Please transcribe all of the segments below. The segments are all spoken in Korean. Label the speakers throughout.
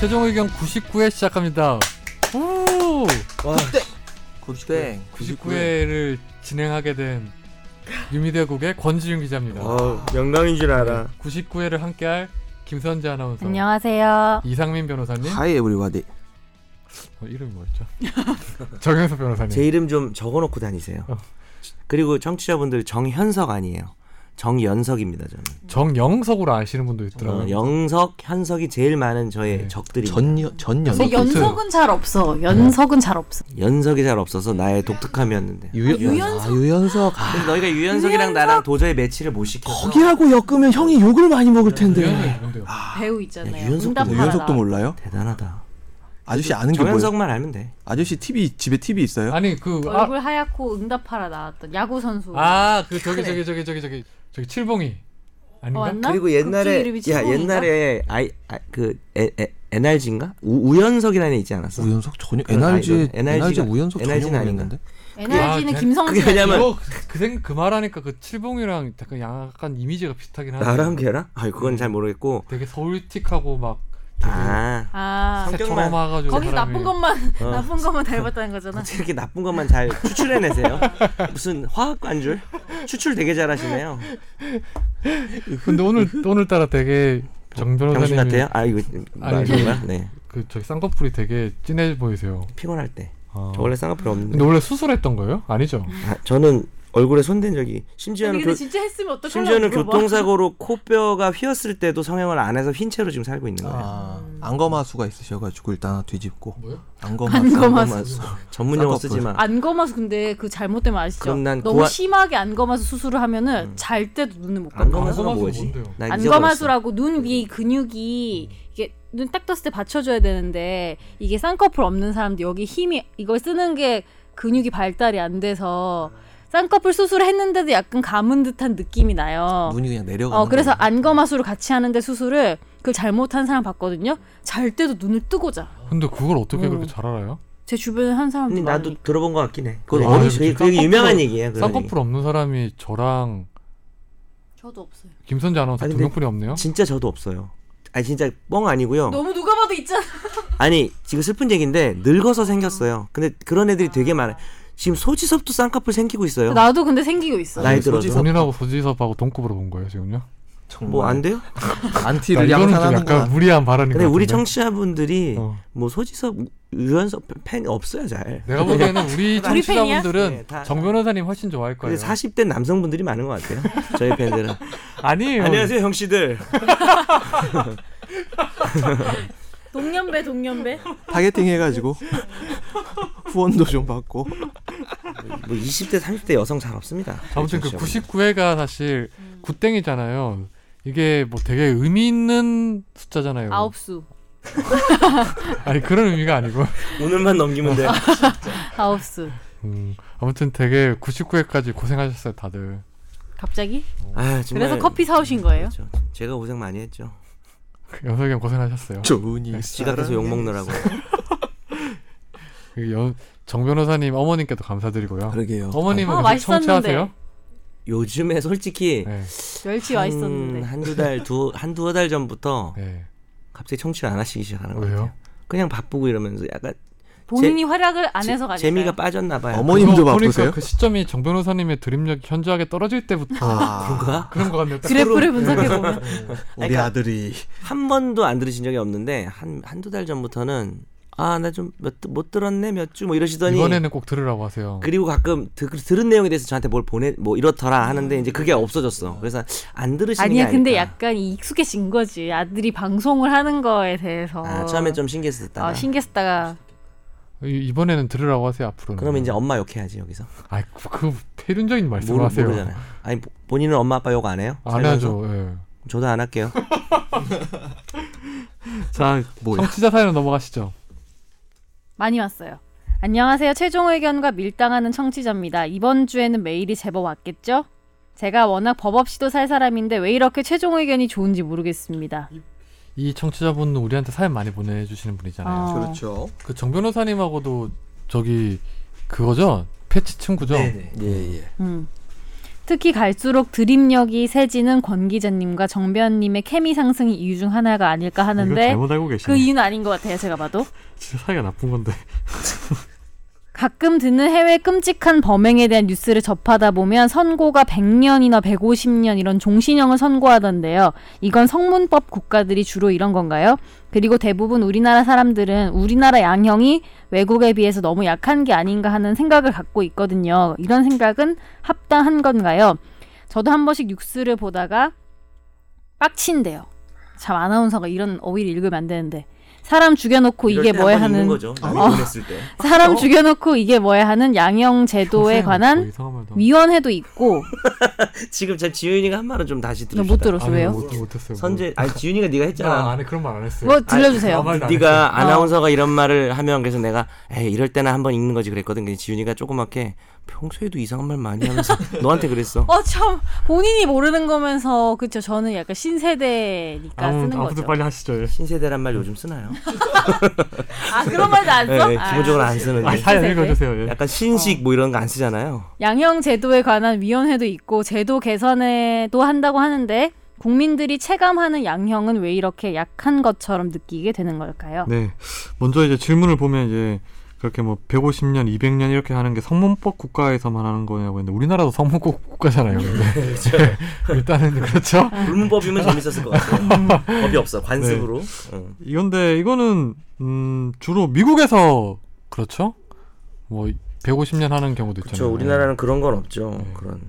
Speaker 1: 최종 의견 99회 시작합니다. 오!
Speaker 2: 와,
Speaker 3: 그때
Speaker 2: 99회.
Speaker 1: 99회를 진행하게 된 유미대국의 권지윤 기자입니다.
Speaker 2: 아.
Speaker 3: 어, 영광인 줄 알아.
Speaker 1: 99회를 함께할 김선재 아나운서,
Speaker 4: 안녕하세요.
Speaker 1: 이상민 변호사님,
Speaker 2: 하이 에브리바디.
Speaker 1: 어, 이름이 뭐였죠? 정현석 변호사님.
Speaker 2: 제 이름 좀 네. 적어놓고 다니세요.
Speaker 1: 어.
Speaker 2: 그리고 청취자분들 정현석 아니에요. 정연석입니다 저는.
Speaker 1: 정영석으로 아시는 분도 있더라고요.
Speaker 2: 어, 영석, 현석이 제일 많은 저의
Speaker 1: 네.
Speaker 2: 적들이.
Speaker 3: 전, 전
Speaker 1: 석-
Speaker 3: 연속.
Speaker 4: 근데 연석은 잘 없어. 연석은 잘 없어.
Speaker 2: 연석이 잘 없어서 나의 독특함이었는데.
Speaker 3: 유연,
Speaker 4: 아, 유연석?
Speaker 3: 아, 유연석. 아,
Speaker 2: 근데 너희가 유연석이랑 나랑 도저히 매치를 못 시켜서.
Speaker 3: 거기하고 엮으면 형이 욕을 많이 먹을 텐데.
Speaker 1: 유연석이 그 뭔데요?
Speaker 4: 배우 있잖아요.
Speaker 2: 야, 네, 유연석도
Speaker 4: 응답하라
Speaker 5: 뭐 유연석도
Speaker 4: 나와.
Speaker 5: 몰라요?
Speaker 2: 대단하다.
Speaker 5: 아저씨 아는 게 뭐예요?
Speaker 2: 정현석만 알면 돼.
Speaker 5: 아저씨 TV 집에 TV 있어요?
Speaker 1: 아니 그 아,
Speaker 4: 얼굴 하얗고 응답하라 나왔던 야구 선수.
Speaker 1: 아, 그 저기 저기 저기 저기 저기 저기 칠봉이
Speaker 4: 어,
Speaker 1: 아닌가?
Speaker 4: 왔나?
Speaker 2: 그리고
Speaker 4: 극중
Speaker 2: 옛날에
Speaker 4: 이름이
Speaker 2: 야
Speaker 4: 칠봉인가?
Speaker 2: 옛날에 아이 아, 그 에, 에, NRG인가 우, 우연석이라는 애 있지 않았어?
Speaker 5: 우연석 전혀
Speaker 2: 그건
Speaker 5: NRG
Speaker 2: 아니거든.
Speaker 5: NRG
Speaker 2: NRG 가-
Speaker 5: 우연석 전혀
Speaker 2: NRG 는
Speaker 5: 모르겠는데.
Speaker 1: 아,
Speaker 4: NRG는
Speaker 1: 걔-
Speaker 4: 김성재.
Speaker 2: 그게 왜냐면-
Speaker 1: 이거 그생그 말하니까 그 칠봉이랑 약간 약간 이미지가 비슷하긴 하네.
Speaker 2: 나랑 걔랑? 아 그건 잘 모르겠고.
Speaker 1: 되게 서울틱하고 막 되게
Speaker 2: 아
Speaker 4: 아
Speaker 2: 성격만-
Speaker 1: 새처럼 와가지고
Speaker 4: 거기서
Speaker 1: 사람이.
Speaker 4: 나쁜 것만
Speaker 2: 어.
Speaker 4: 나쁜 것만 닮았다는 거잖아.
Speaker 2: 어떻게 이렇게 나쁜 것만 잘 추출해내세요? 무슨 화학관 줄? 추출 되게 잘하시네요.
Speaker 1: 근데 오늘 오늘따라 되게 정 변호사님
Speaker 2: 병신 같아요? 아 이거 말인 거야? 네.
Speaker 1: 그 저기 쌍꺼풀이 되게 진해 보이세요. 아.
Speaker 2: 피곤할 때. 저 원래 쌍꺼풀
Speaker 1: 어. 근데
Speaker 2: 없는데.
Speaker 1: 원래 수술했던 거예요? 아니죠?
Speaker 2: 아, 저는 얼굴에 손댄 적이 심지어는
Speaker 4: 아니 근데
Speaker 2: 교,
Speaker 4: 진짜 했으면 어떡하려고
Speaker 2: 심지어는
Speaker 4: 물어봐.
Speaker 2: 교통사고로 코뼈가 휘었을 때도 성형을 안 해서 흰 채로 지금 살고 있는 거예요.
Speaker 5: 아, 안검하수가 있으셔가지고 일단 하나 뒤집고
Speaker 1: 뭐요?
Speaker 5: 안검하수.
Speaker 4: 안검하수.
Speaker 2: 전문 용어
Speaker 5: 쌍꺼풀.
Speaker 2: 쓰지 마.
Speaker 4: 안검하수 근데 그 잘못되면 아시죠?
Speaker 2: 그럼 난
Speaker 4: 너무
Speaker 2: 구하-
Speaker 4: 심하게 안검하수 수술을 하면은 잘 때도 눈을 못 감아.
Speaker 2: 안검하수가
Speaker 1: 안검하수가
Speaker 2: 뭐지?
Speaker 1: 뭔데요?
Speaker 2: 나 잊어버렸어.
Speaker 4: 안검하수라고 눈 위에 이 근육이 이게 눈 딱 떴을 때 받쳐줘야 되는데 이게 쌍꺼풀 없는 사람도 여기 힘이 이걸 쓰는 게 근육이 발달이 안 돼서 쌍꺼풀 수술을 했는데도 약간 감은 듯한 느낌이 나요.
Speaker 5: 눈이 그냥 내려가.
Speaker 4: 어 그래서 안검하수를 같이 하는데 수술을 그걸 잘못한 사람 봤거든요. 잘 때도 눈을 뜨고 자.
Speaker 1: 근데 그걸 어떻게
Speaker 4: 음.
Speaker 1: 그렇게 잘 알아요?
Speaker 4: 제 주변에 한 사람도
Speaker 2: 근데 나도
Speaker 4: 많으니까.
Speaker 2: 들어본 것 같긴 해. 그거
Speaker 1: 아,
Speaker 2: 어느
Speaker 1: 그치.
Speaker 2: 그게 그게 유명한 얘기예요. 그런 얘기.
Speaker 1: 쌍꺼풀 없는 사람이 저랑
Speaker 4: 저도 없어요.
Speaker 1: 김선재 아나운서
Speaker 2: 아니, 근데
Speaker 1: 동명뿔이 없네요.
Speaker 2: 진짜 저도 없어요. 아 진짜 뻥 아니고요.
Speaker 4: 너무 누가 봐도 있잖아.
Speaker 2: 아니 지금 슬픈 얘기인데 늙어서 생겼어요. 근데 그런 애들이 되게 많아요. 지금 소지섭도 쌍꺼풀 생기고 있어요.
Speaker 4: 나도 근데 생기고 있어.
Speaker 2: 나이
Speaker 5: 소지섭.
Speaker 2: 들어서
Speaker 1: 본인하고 소지섭하고 동급으로 본 거예요 지금요?
Speaker 2: 뭐 안 돼요?
Speaker 1: 나
Speaker 5: 안티를
Speaker 1: 이거는 좀 약간
Speaker 5: 양산하는구나.
Speaker 1: 무리한 발언인 것
Speaker 2: 근데
Speaker 1: 같은데.
Speaker 2: 우리 청취자분들이
Speaker 1: 그러니까 어.
Speaker 2: 뭐 소지섭, 우- 유연석 팬 없어요 잘.
Speaker 1: 내가 보기에는 우리 청취자분들은
Speaker 2: 네, 다-
Speaker 1: 정 변호사님 훨씬 좋아할 거예요.
Speaker 2: 근데 40대 남성분들이 많은 것 같아요. 저희 팬들은.
Speaker 1: 아니에요.
Speaker 2: 안녕하세요 형씨들.
Speaker 4: 동년배 동년배.
Speaker 5: 타겟팅 해가지고 후원도 좀 받고.
Speaker 2: 뭐 20대 30대 여성 잘 없습니다. 그렇죠.
Speaker 1: 아무튼 그
Speaker 2: 저희 청취자분들.
Speaker 1: 99회가 사실 굿땡이잖아요. 이게 뭐 되게 의미 있는 숫자잖아요.
Speaker 4: 아홉 수.
Speaker 1: 아니 그런 의미가 아니고.
Speaker 2: 오늘만 넘기면 돼.
Speaker 4: 아홉 수.
Speaker 1: 음, 아무튼 되게 99회까지 고생하셨어요 다들.
Speaker 4: 갑자기?
Speaker 2: 아 정말.
Speaker 4: 그래서 커피 사오신 거예요?
Speaker 2: 그렇죠. 제가 고생 많이 했죠.
Speaker 1: 연석이 형 고생하셨어요.
Speaker 5: 좋으니.
Speaker 2: 지가 계속 욕 먹느라고.
Speaker 1: 그 연- 정 변호사님 어머님께도 감사드리고요.
Speaker 5: 그러게요.
Speaker 1: 어머님은
Speaker 4: 아,
Speaker 1: 계속
Speaker 4: 맛있었는데.
Speaker 1: 청취하세요?
Speaker 2: 요즘에 솔직히
Speaker 1: 네.
Speaker 4: 멸치 와
Speaker 2: 음.
Speaker 4: 있었는데.
Speaker 2: 한두달두한 두어 달 전부터
Speaker 1: 네.
Speaker 2: 갑자기 청취를 안 하시기 시작하는 거예요.
Speaker 1: 왜요?
Speaker 2: 그냥 바쁘고 이러면서 약간
Speaker 4: 본인이 활약을 안 해서 가니까.
Speaker 2: 재미가 빠졌나 봐요.
Speaker 5: 어머니- 어머님도
Speaker 1: 그거 보니까
Speaker 5: 바쁘세요?
Speaker 1: 그 시점이 정 변호사님의 드립력 현저하게 떨어질 때부터
Speaker 5: 아,
Speaker 2: 그런가?
Speaker 1: 그런 것 같네요. 딱
Speaker 4: 그래프를 분석해 보면
Speaker 2: 그러니까
Speaker 5: 우리 아들이
Speaker 2: 한 번도 안 들으신 적이 없는데 한한두 달 전부터는 아 나 좀 몇 못 들었네 몇 주 뭐 이러시더니
Speaker 1: 이번에는 꼭 들으라고 하세요.
Speaker 2: 그리고 가끔 드, 들은 내용에 대해서 저한테 뭘 보내 뭐 이렇더라 하는데 이제 그게 없어졌어. 그래서 안 들으시는
Speaker 4: 아니야
Speaker 2: 게
Speaker 4: 근데
Speaker 2: 아닐까.
Speaker 4: 약간 익숙해진 거지 아들이 방송을 하는 거에 대해서
Speaker 2: 아, 처음에 좀 신기했었다.
Speaker 4: 어, 신경 쓰다가
Speaker 1: 이- 이번에는 들으라고 하세요 앞으로는.
Speaker 2: 그러면 이제 엄마 욕해야지 여기서.
Speaker 1: 아이 그- 그 폐륜적인 말씀을
Speaker 2: 모르,
Speaker 1: 하세요.
Speaker 2: 모르잖아요. 아니 보- 본인은 엄마 아빠 욕 안 해요?
Speaker 1: 안
Speaker 2: 살면서?
Speaker 1: 하죠. 예.
Speaker 2: 저도 안 할게요.
Speaker 1: 자,
Speaker 5: 뭐야?
Speaker 1: 청취자 사연 넘어가시죠.
Speaker 4: 많이 왔어요 안녕하세요 최종 의견과 밀당하는 청취자입니다 이번 주에는 메일이 제법 왔겠죠? 제가 워낙 법 없이도 살 사람인데 왜 이렇게 최종 의견이 좋은지 모르겠습니다
Speaker 1: 네, 이 청취자분은 우리한테 사연 많이 보내주시는 분이잖아요.
Speaker 4: 어.
Speaker 5: 그렇죠.
Speaker 1: 그 정 변호사님하고도 저기 그거죠? 패치 친구죠?
Speaker 2: 네네.
Speaker 5: 예예.
Speaker 4: 어, 음. 특히 갈수록 드립력이 세지는 권 기자님과 정변님의 케미 상승이 이유 중 하나가 아닐까
Speaker 1: 이거
Speaker 4: 하는데
Speaker 1: 잘못 알고
Speaker 4: 그
Speaker 1: 계시네.
Speaker 4: 이유는 아닌 것 같아요. 제가 봐도.
Speaker 1: 진짜 사이가 나쁜 건데.
Speaker 4: 가끔 듣는 해외 끔찍한 범행에 대한 뉴스를 접하다 보면 선고가 100년이나 150년 이런 종신형을 선고하던데요. 이건 성문법 국가들이 주로 이런 건가요? 그리고 대부분 우리나라 사람들은 우리나라 양형이 외국에 비해서 너무 약한 게 아닌가 하는 생각을 갖고 있거든요. 이런 생각은 합당한 건가요? 저도 한 번씩 뉴스를 보다가 빡친대요. 참 아나운서가 이런 어휘를 읽으면 안 되는데 사람 죽여놓고
Speaker 2: 이럴
Speaker 4: 이게
Speaker 2: 때
Speaker 4: 뭐야
Speaker 2: 한번 읽는
Speaker 4: 하는 어.
Speaker 2: 거죠. 남이 보냈을 때.
Speaker 4: 사람 죽여놓고 이게 뭐야 하는 양형
Speaker 1: 평소에는
Speaker 4: 제도에
Speaker 1: 뭐
Speaker 4: 관한
Speaker 1: 이상한 말도 안-
Speaker 4: 위원회도 있고
Speaker 2: 지금 제 지윤이가 한 말은 좀 다시
Speaker 4: 나
Speaker 2: 들읍시다.
Speaker 4: 못 들었어
Speaker 1: 아니, 네,
Speaker 4: 왜요?
Speaker 1: 못, 못했어요.
Speaker 2: 선제 아니 지윤이가 네가
Speaker 1: 뭐. 아,
Speaker 2: 했잖아.
Speaker 1: 안에 그런 말 안 했어요.
Speaker 4: 뭐 들려주세요.
Speaker 1: 아무 말도 안 했어요.
Speaker 2: 네가 아나운서가 이런 말을 하면 그래서 내가 에이 이럴 때나 한번 읽는 거지 그랬거든. 근데 지윤이가 조그맣게 평소에도 이상한 말 많이 하면서 너한테 그랬어.
Speaker 4: 어 참 본인이 모르는 거면서 그쵸 저는 약간 신세대니까
Speaker 1: 아무
Speaker 4: 쓰는
Speaker 1: 아무튼
Speaker 4: 거죠.
Speaker 1: 빨리 하시죠.
Speaker 2: 네.
Speaker 1: 예.
Speaker 2: 신세대란 말 요즘 쓰나요?
Speaker 4: 아 그런 말도 안 써?
Speaker 2: 예, 예,
Speaker 4: 아,
Speaker 2: 기본적으로 안 쓰는데.
Speaker 1: 아,
Speaker 4: 네.
Speaker 1: 사연 읽어주세요. 예.
Speaker 2: 약간 신식 뭐 이런 거 안 쓰잖아요.
Speaker 4: 양형 제도에 관한 위원회도 있고 제도 개선에도 한다고 하는데 국민들이 체감하는 양형은 왜 이렇게 약한 것처럼 느끼게 되는 걸까요?
Speaker 1: 네. 먼저 이제 질문을 보면 이제 그렇게 뭐 150년, 200년 이렇게 하는 게 성문법 국가에서만 하는 거냐고 했는데 우리나라도 성문법 국가잖아요.
Speaker 2: 네,
Speaker 1: 근데.
Speaker 2: 그렇죠.
Speaker 1: 일단은 그렇죠.
Speaker 2: 아. 불문법이면 재밌었을 것 같아요. 법이 없어 관습으로. 응.
Speaker 1: 이건데 이거는 음, 주로 미국에서 그렇죠. 뭐 150년 하는 경우도 있잖아요.
Speaker 2: 그렇죠. 우리나라는 그런 건 없죠. 그런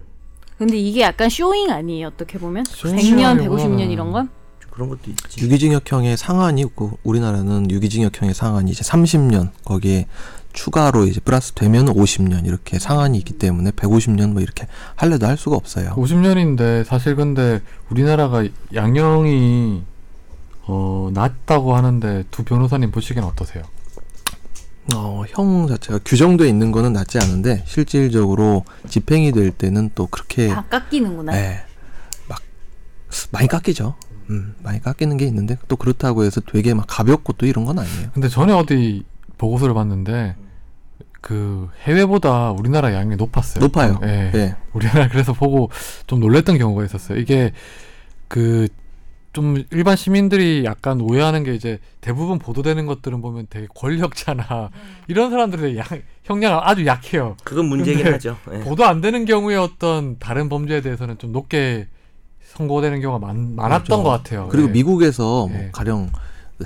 Speaker 4: 근데 이게 약간 쇼잉 아니에요 어떻게 보면?
Speaker 1: 쇼잉
Speaker 4: 100년,
Speaker 1: 아니구나.
Speaker 4: 150년 이런 건?
Speaker 2: 그런 것도 있지.
Speaker 5: 유기징역형의 상한이 있고 우리나라는 유기징역형의 상한이 이제 30년 거기에 추가로 이제 플러스 되면 50년 이렇게 상한이 있기 때문에 150년 뭐 이렇게 할래도 할 수가 없어요.
Speaker 1: 50년인데 사실 근데 우리나라가 양형이 어, 낮다고 하는데 두 변호사님 보시기엔 어떠세요?
Speaker 5: 어, 형 자체가 규정돼 있는 거는 낫지 않은데 실질적으로 집행이 될 때는 또 그렇게
Speaker 4: 다 아, 깎이는구나.
Speaker 5: 예, 막 많이 깎이죠. 음, 많이 깎이는 게 있는데 또 그렇다고 해서 되게 막 가볍고 또 이런 건 아니에요.
Speaker 1: 근데 전에 어디 보고서를 봤는데 그 해외보다 우리나라 양이 높았어요.
Speaker 5: 높아요.
Speaker 1: 예.
Speaker 5: 예.
Speaker 1: 우리나라 그래서 보고 좀 놀랬던 경우가 있었어요. 이게 그 좀 일반 시민들이 약간 오해하는 게 이제 대부분 보도되는 것들은 보면 되게 권력자나 이런 사람들의 양, 형량 아주 약해요.
Speaker 2: 그건 문제긴
Speaker 1: 근데
Speaker 2: 하죠. 예.
Speaker 1: 보도 안 되는 경우에 어떤 다른 범죄에 대해서는 좀 높게 선고되는 경우가 많, 많았던
Speaker 5: 그렇죠.
Speaker 1: 것 같아요.
Speaker 5: 그리고
Speaker 1: 예.
Speaker 5: 미국에서
Speaker 1: 예.
Speaker 5: 뭐 가령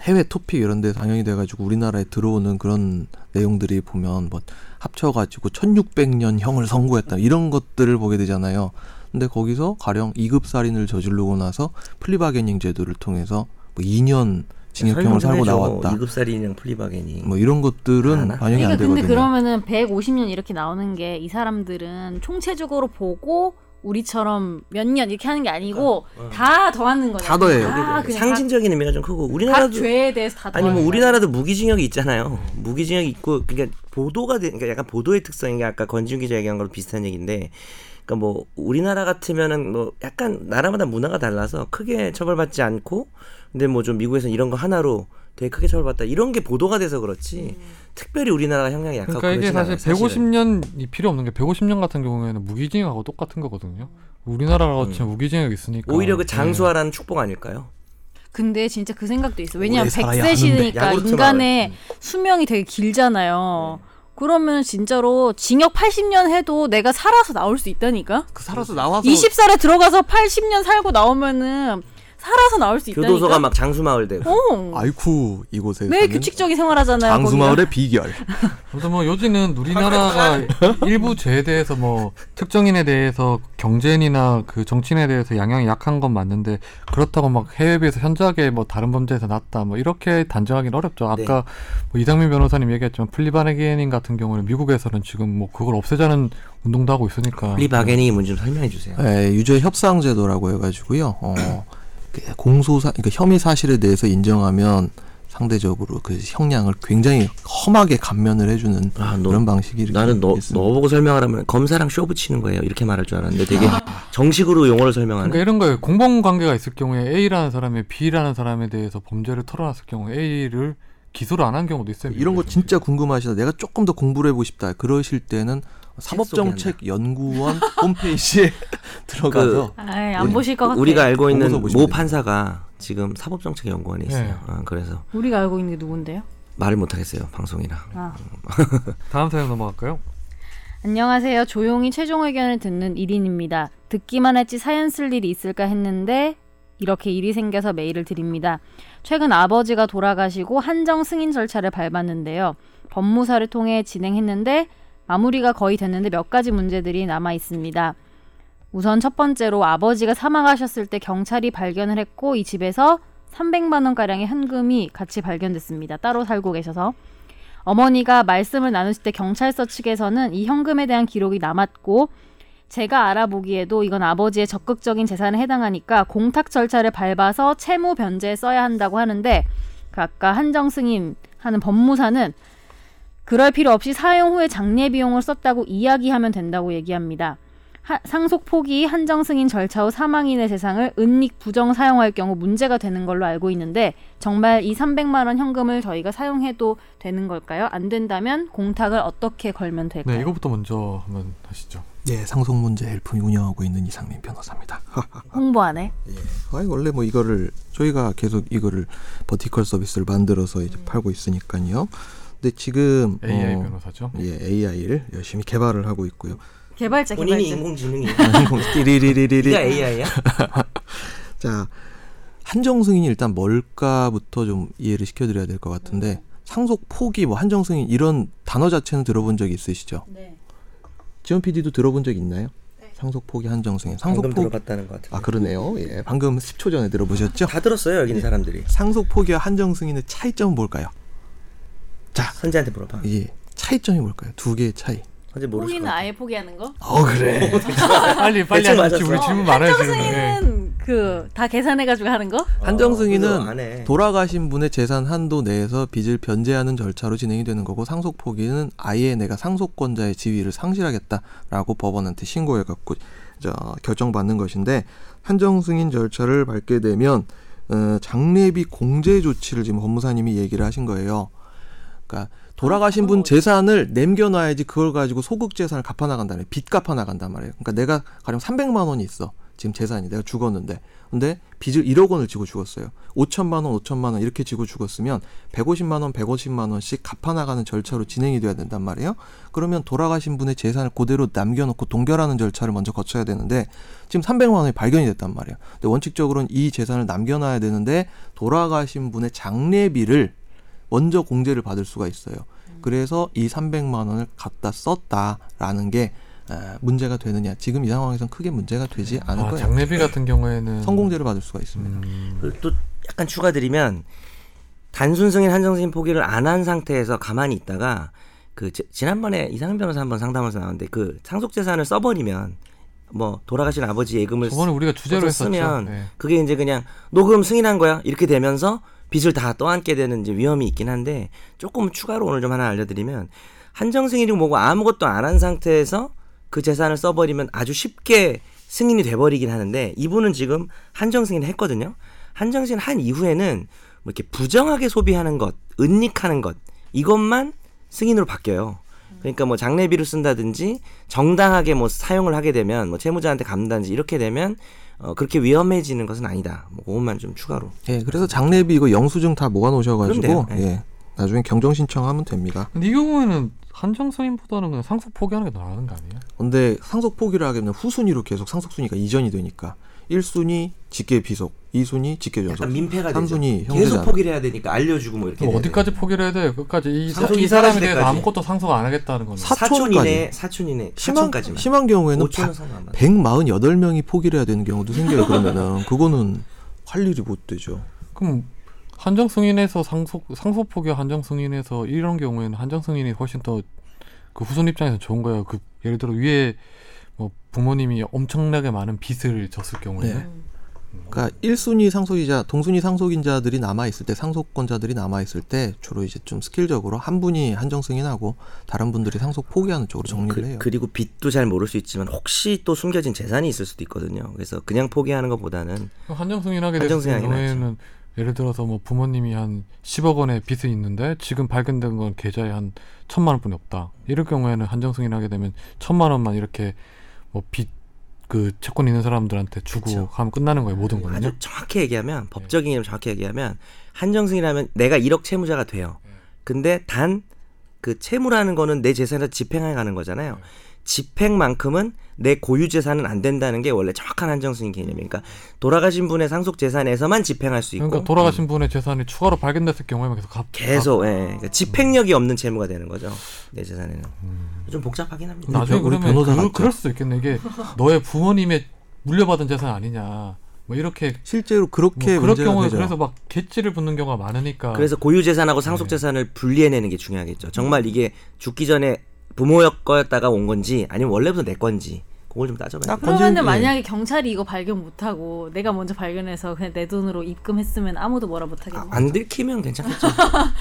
Speaker 5: 해외 토픽 이런 데서 당연히 돼가지고 우리나라에 들어오는 그런 내용들이 보면 뭐 합쳐가지고 1600년 형을 선고했다 이런 것들을 보게 되잖아요. 근데 거기서 가령 2급 살인을 저지르고 나서 플리바게닝 제도를 통해서 뭐 2년 징역형을 살고 나왔다.
Speaker 2: 이급살이 인형 플리바게니.
Speaker 5: 뭐 이런 것들은
Speaker 2: 아,
Speaker 5: 반영이
Speaker 4: 그러니까
Speaker 5: 안
Speaker 4: 근데
Speaker 5: 되거든요.
Speaker 4: 그러면은 150년 이렇게 나오는 게 이 사람들은 총체적으로 보고 우리처럼 몇 년 이렇게 하는 게 아니고 다 더하는 거예요.
Speaker 5: 다 더해요.
Speaker 4: 다 아, 그냥
Speaker 2: 상징적인 의미가 좀 크고
Speaker 4: 각, 각
Speaker 2: 우리나라도
Speaker 4: 죄에 대해서 다
Speaker 2: 아니
Speaker 4: 더하는
Speaker 2: 뭐
Speaker 4: 거예요.
Speaker 2: 우리나라도 무기징역이 있잖아요. 무기징역이 있고 그러니까 보도가 되, 그러니까 약간 보도의 특성인 게 아까 권지훈 기자 얘기한 거랑 비슷한 얘기인데 그러니까 뭐 우리나라 같으면은 뭐 약간 나라마다 문화가 달라서 크게 처벌받지 않고 근데 뭐 좀 미국에서 이런 거 하나로 되게 크게 처벌받다 이런 게 보도가 돼서 그렇지
Speaker 4: 음.
Speaker 2: 특별히 우리나라가 형량이 약하고
Speaker 1: 그러니까 이게
Speaker 2: 그러진
Speaker 1: 사실
Speaker 2: 않아요, 사실은.
Speaker 1: 150년이 필요 없는 게 150년 같은 경우에는 무기징역하고 똑같은 거거든요. 우리나라가 지금 무기징역 있으니까
Speaker 2: 오히려 그
Speaker 1: 예.
Speaker 2: 장수하라는 축복 아닐까요?
Speaker 4: 근데 진짜 그 생각도 있어. 왜냐면
Speaker 5: 오래 살아야
Speaker 4: 100세 시대니까
Speaker 2: 야구르트
Speaker 4: 인간의 수명이 되게 길잖아요.
Speaker 2: 네.
Speaker 4: 그러면 진짜로 징역 80년 해도 내가 살아서 나올 수 있다니까?
Speaker 5: 그 살아서 나와서
Speaker 4: 20살에 들어가서 80년 살고 나오면은 살아서 나올 수 있다니까.
Speaker 2: 교도소가 막 장수마을 되고
Speaker 4: 어.
Speaker 5: 아이쿠 이곳에
Speaker 4: 매일 규칙적인 생활하잖아요.
Speaker 5: 장수
Speaker 4: 거기가.
Speaker 5: 마을의 비결.
Speaker 1: 아무튼 뭐 요즘은 우리나라가 일부 죄에 대해서 뭐 특정인에 대해서 경제인이나 그 정치인에 대해서 양형이 약한 건 맞는데 그렇다고 막 해외에 비해서 현저하게 뭐 다른 범죄에서 낫다 뭐 이렇게 단정하기는 어렵죠. 아까 뭐 이상민 변호사님 얘기했지만 플리바게닝 같은 경우는 미국에서는 지금 뭐 그걸 없애자는 운동도 하고 있으니까
Speaker 2: 플리바게니 뭔지 좀 설명해 주세요.
Speaker 5: 예, 유죄 협상 제도라고 해가지고요. 어, 그 공소사, 그러니까 혐의 사실에 대해서 인정하면 상대적으로 그 형량을 굉장히 험하게 감면을 해주는
Speaker 2: 아, 너-
Speaker 5: 그런 방식이 이렇게
Speaker 2: 나는 너,
Speaker 5: 있습니다.
Speaker 2: 너 보고 설명하라면 검사랑 쇼 붙이는 거예요. 이렇게 말할 줄 알았는데 되게
Speaker 5: 아.
Speaker 2: 정식으로 용어를 설명하는.
Speaker 1: 그러니까 이런 거예요. 공범 관계가 있을 경우에 A라는 사람이 B라는 사람에 대해서 범죄를 털어놨을 경우에 A를 기소를 안 한 경우도 있어요.
Speaker 5: 이런 거
Speaker 1: 미국에서는.
Speaker 5: 진짜 궁금하시다. 내가 조금 더 공부를 해보고 싶다. 그러실 때는 사법정책 연구원 홈페이지에 들어가서
Speaker 4: 아이, 예, 안
Speaker 2: 우리-
Speaker 4: 보실 것 같아.
Speaker 2: 우리가 알고 있는
Speaker 5: 보고서 보시면
Speaker 2: 모
Speaker 5: 돼요.
Speaker 2: 판사가 지금 사법정책연구원에 있어요.
Speaker 1: 네.
Speaker 2: 아, 그래서
Speaker 4: 우리가 알고 있는 게 누군데요?
Speaker 2: 말을 못하겠어요 방송이라.
Speaker 4: 아.
Speaker 1: 다음 사연 넘어갈까요?
Speaker 4: 안녕하세요. 조용히 최종 의견을 듣는 1인입니다. 듣기만 했지 사연 쓸 일이 있을까 했는데 이렇게 일이 생겨서 메일을 드립니다. 최근 아버지가 돌아가시고 한정 승인 절차를 밟았는데요. 법무사를 통해 진행했는데 마무리가 거의 됐는데 몇 가지 문제들이 남아 있습니다. 우선 첫 번째로 아버지가 사망하셨을 때 경찰이 발견을 했고 이 집에서 300만 원 가량의 현금이 같이 발견됐습니다. 따로 살고 계셔서 어머니가 말씀을 나누실 때 경찰서 측에서는 이 현금에 대한 기록이 남았고 제가 알아보기에도 이건 아버지의 적극적인 재산에 해당하니까 공탁 절차를 밟아서 채무 변제에 써야 한다고 하는데 그 아까 한정 승인 하는 법무사는 그럴 필요 없이 사용 후에 장례 비용을 썼다고 이야기하면 된다고 얘기합니다. 하- 상속 포기 한정 승인 절차 후 사망인의 재상을 은닉 부정 사용할 경우 문제가 되는 걸로 알고 있는데 정말 이 300만 원 현금을 저희가 사용해도 되는 걸까요? 안 된다면 공탁을 어떻게 걸면 될까요?
Speaker 1: 네, 이거부터 먼저 한번 하시죠.
Speaker 2: 그
Speaker 5: 예, 상속 문제 헬프 운영하고 있는 이상민 변호사입니다.
Speaker 4: 홍보 안 해?
Speaker 5: 아니, 원래 뭐 이거를 저희가 계속 이거를 버티컬 서비스를 만들어서
Speaker 2: 음.
Speaker 5: 이제 팔고 있으니까요. 근데 지금 어,
Speaker 1: AI 변호사죠.
Speaker 5: 예, AI를 열심히 개발을 하고 있고요.
Speaker 4: 개발자
Speaker 2: 본인이
Speaker 4: 개발자.
Speaker 2: 인공지능이야.
Speaker 5: 띠리리리리리.
Speaker 2: 네가 AI야?
Speaker 5: 자 한정 승인이 일단 뭘까부터 좀 이해를 시켜드려야 될 것
Speaker 2: 음.
Speaker 5: 같은데 상속 포기 뭐 한정 승인 이런 단어 자체는 들어본 적이 있으시죠?
Speaker 4: 네.
Speaker 5: 지원 PD도 들어본 적 있나요? 상속 포기 한정 승인. 상속
Speaker 2: 방금
Speaker 5: 포기
Speaker 2: 들어봤다는 것 같아.
Speaker 5: 아 그러네요. 예, 방금 10초 전에 들어보셨죠?
Speaker 2: 다 들었어요 여기
Speaker 5: 네.
Speaker 2: 있는 사람들이.
Speaker 5: 상속 포기와 한정 승인의 차이점은 뭘까요?
Speaker 2: 선재한테 물어봐.
Speaker 5: 예, 차이점이 뭘까요? 두 개의 차이.
Speaker 2: 선재 모르실
Speaker 4: 포기는
Speaker 2: 것 같아.
Speaker 4: 아예 포기하는 거?
Speaker 5: 어 그래.
Speaker 1: 빨리 빨리
Speaker 2: 대충
Speaker 1: 하시지. 우리
Speaker 2: 맞았어.
Speaker 1: 질문 많아요 지금. 네.
Speaker 4: 한정승인은 그 다 계산해가지고 하는 거?
Speaker 2: 아,
Speaker 5: 한정
Speaker 2: 어, 그거 안 해.
Speaker 5: 승인은 돌아가신 분의 재산 한도 내에서 빚을 변제하는 절차로 진행이 되는 거고 상속 포기는 아예 내가 상속권자의 지위를 상실하겠다라고 법원한테 신고해 갖고 저 결정받는 것인데 한정 승인 절차를 밟게 되면 어, 장례비 공제 조치를 지금 법무사님이 얘기를 하신 거예요. 그러니까 돌아가신 분 재산을 남겨놔야지 그걸 가지고 소극 재산을 갚아 나간다는 빚 갚아 나간단 말이에요. 그러니까 내가 가령 300만 원이 있어 지금 재산이 내가 죽었는데 근데 빚을 1억 원을 지고 죽었어요. 5천만 원, 5천만 원 이렇게 지고 죽었으면 150만 원, 150만 원씩 갚아 나가는 절차로 진행이 돼야 된단 말이에요. 그러면 돌아가신 분의 재산을 그대로 남겨놓고 동결하는 절차를 먼저 거쳐야 되는데 지금 300만 원이 발견이 됐단 말이에요. 근데 원칙적으로는 이 재산을 남겨놔야 되는데 돌아가신 분의 장례비를 먼저 공제를 받을 수가 있어요. 그래서 이 300만 원을 갖다 썼다라는 게 에, 문제가 되느냐? 지금 이 상황에선 크게 문제가 되지 않을
Speaker 1: 아,
Speaker 5: 거예요.
Speaker 1: 장례비 같은 경우에는
Speaker 5: 성공제를 받을 수가 있습니다.
Speaker 1: 음,
Speaker 2: 그리고 또 약간 추가드리면 단순 승인 한정 승인 포기를 안 한 상태에서 가만히 있다가 그 지- 지난번에 이상현 변호사 한번 상담해서 나왔는데 그 상속 재산을 써버리면 뭐 돌아가신 아버지 예금을
Speaker 1: 저번에 우리가 주제로 그 했었죠.
Speaker 2: 쓰면
Speaker 1: 네.
Speaker 2: 그게 이제 그냥 녹음 승인한 거야 이렇게 되면서 빚을 다 떠안게 되는 이제 위험이 있긴 한데 조금 추가로 오늘 좀 하나 알려드리면 한정 승인이 뭐고 아무것도 안 한 상태에서 그 재산을 써버리면 아주 쉽게 승인이 돼버리긴 하는데 이분은 지금 한정 승인을 했거든요. 한정 승인 한 이후에는 뭐 이렇게 부정하게 소비하는 것, 은닉하는 것 이것만 승인으로 바뀌어요. 그러니까 뭐 장례비로 쓴다든지 정당하게 뭐 사용을 하게 되면 뭐 채무자한테 감다든지 이렇게 되면 어, 그렇게 위험해지는 것은 아니다. 뭐 그것만 좀 추가로.
Speaker 5: 예, 그래서 장례비 이거 영수증 다 모아
Speaker 2: 그럼
Speaker 5: 놓으셔가지고
Speaker 2: 돼요. 예.
Speaker 5: 예, 나중에 경정 신청하면 됩니다.
Speaker 1: 근데 이 경우에는 한정승인보다는 그냥 상속 포기하는 게 나은 거 아니에요?
Speaker 5: 근데 상속 포기를 하게 되면 후순위로 계속 상속 순위가 이전이 되니까 1순위 직계 비속, 2순위 직계 전속,
Speaker 2: 약간 민폐가 되죠.
Speaker 5: 3순위
Speaker 2: 계속
Speaker 5: 형제자.
Speaker 2: 포기를 해야 되니까 알려주고 뭐 이렇게.
Speaker 1: 그럼 어디까지 포기를 해야 돼요? 끝까지 이, 사,
Speaker 2: 상속이
Speaker 1: 이 사람에
Speaker 2: 사라질
Speaker 1: 대해서
Speaker 2: 때까지.
Speaker 1: 아무것도 상속 안 하겠다는 거는
Speaker 5: 사-
Speaker 2: 사촌 이내
Speaker 5: 사촌까지.
Speaker 2: 사촌 이내
Speaker 5: 심한
Speaker 2: 사촌까지만.
Speaker 5: 심한 경우에는
Speaker 2: 5천은 상관 안 해.
Speaker 5: 148명이 포기를 해야 되는 경우도 생겨요. 그러면은 그거는 할 일이 못 되죠.
Speaker 1: 그럼 한정승인에서 상속 상속 포기 한정승인에서 이런 경우에는 한정승인이 훨씬 더 그 후손 입장에서 좋은 거예요. 그 예를 들어 위에 뭐 부모님이 엄청나게 많은 빚을 졌을 경우에는
Speaker 5: 네. 그러니까 1순위 상속이자 동순위 상속인자들이 남아 있을 때 상속권자들이 남아 있을 때 주로 이제 좀 스킬적으로 한 분이 한정 승인하고 다른 분들이 상속 포기하는 쪽으로 정리를 해요.
Speaker 2: 그, 리고 빚도 잘 모를 수 있지만 혹시 또 숨겨진 재산이 있을 수도 있거든요. 그래서 그냥 포기하는 것보다는
Speaker 1: 그럼 한정승인하게 됐을
Speaker 2: 한정승인이
Speaker 1: 경우에는 예를 들어서 뭐 부모님이 한 10억 원의 빚이 있는데 지금 발견된 건 계좌에 한 천만 원뿐이 없다. 이럴 경우에는 한정 승인하게 되면 천만 원만 이렇게 뭐 뭐빚그 채권 있는 사람들한테 주고
Speaker 2: 그쵸.
Speaker 1: 하면 끝나는 거예요 모든 거는요.
Speaker 2: 아주 정확히 얘기하면
Speaker 1: 예.
Speaker 2: 법적인 개념 정확히 얘기하면 한정승이라면 내가 1억 채무자가 돼요.
Speaker 1: 예.
Speaker 2: 근데 단 그 채무라는 거는 내 재산을 집행해 가는 거잖아요.
Speaker 1: 예.
Speaker 2: 집행만큼은 내 고유 재산은 안 된다는 게 원래 정확한 한정승인 개념이니까 돌아가신 분의 상속 재산에서만 집행할 수 있고
Speaker 1: 그러니까 돌아가신 아. 분의 재산이 추가로 발견됐을 경우에만 계속 갚.
Speaker 2: 계속 예, 그러니까 집행력이 없는 채무가 되는 거죠 내 재산에는
Speaker 1: 음.
Speaker 2: 좀 복잡하긴 합니다.
Speaker 1: 나중에
Speaker 5: 우리
Speaker 1: 그러면
Speaker 5: 변호사
Speaker 1: 그,
Speaker 5: 같죠?
Speaker 1: 그럴 수도 있겠네. 이게 너의 부모님의 물려받은 재산 아니냐. 뭐 이렇게
Speaker 5: 실제로 그렇게
Speaker 1: 뭐 그럴
Speaker 5: 문제가
Speaker 1: 경우에
Speaker 5: 되죠.
Speaker 1: 그래서 막 개찌를 붙는 경우가 많으니까.
Speaker 2: 그래서 고유 재산하고 상속
Speaker 1: 네.
Speaker 2: 재산을 분리해내는 게 중요하겠죠. 정말 이게 죽기 전에 부모 거였다가 온 건지 아니면 원래부터 내 건지 그걸 좀 따져봐야 돼.
Speaker 4: 그러면은
Speaker 5: 건전- 예.
Speaker 4: 만약에 경찰이 이거 발견 못하고 내가 먼저 발견해서 그냥 내 돈으로 입금했으면 아무도 뭐라
Speaker 2: 아,
Speaker 4: 못하겠네.
Speaker 2: 안 들키면 괜찮겠죠.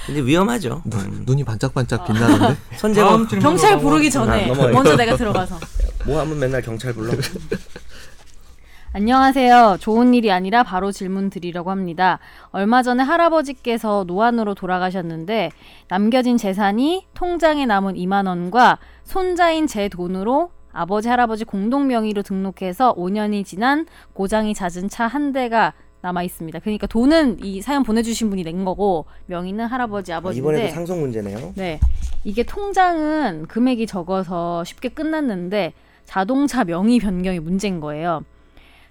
Speaker 2: 근데 위험하죠. 음.
Speaker 5: 눈이 반짝반짝 빛나는데
Speaker 2: 선제가
Speaker 1: 질문으로
Speaker 4: 경찰
Speaker 1: 넘어가-
Speaker 4: 부르기 전에
Speaker 2: 아, 넘어가요.
Speaker 4: 먼저 내가 들어가서.
Speaker 2: 뭐 하면 맨날 경찰 불러.
Speaker 4: 안녕하세요. 좋은 일이 아니라 바로 질문 드리려고 합니다. 얼마 전에 할아버지께서 노안으로 돌아가셨는데 남겨진 재산이 통장에 남은 2만 원과 손자인 제 돈으로 아버지 할아버지 공동 명의로 등록해서 5년이 지난 고장이 잦은 차 한 대가 남아 있습니다. 그러니까 돈은 이 사연 보내주신 분이 낸 거고 명의는 할아버지 뭐 아버지인데
Speaker 2: 이번에도 상속 문제네요.
Speaker 4: 네. 이게 통장은 금액이 적어서 쉽게 끝났는데 자동차 명의 변경이 문제인 거예요.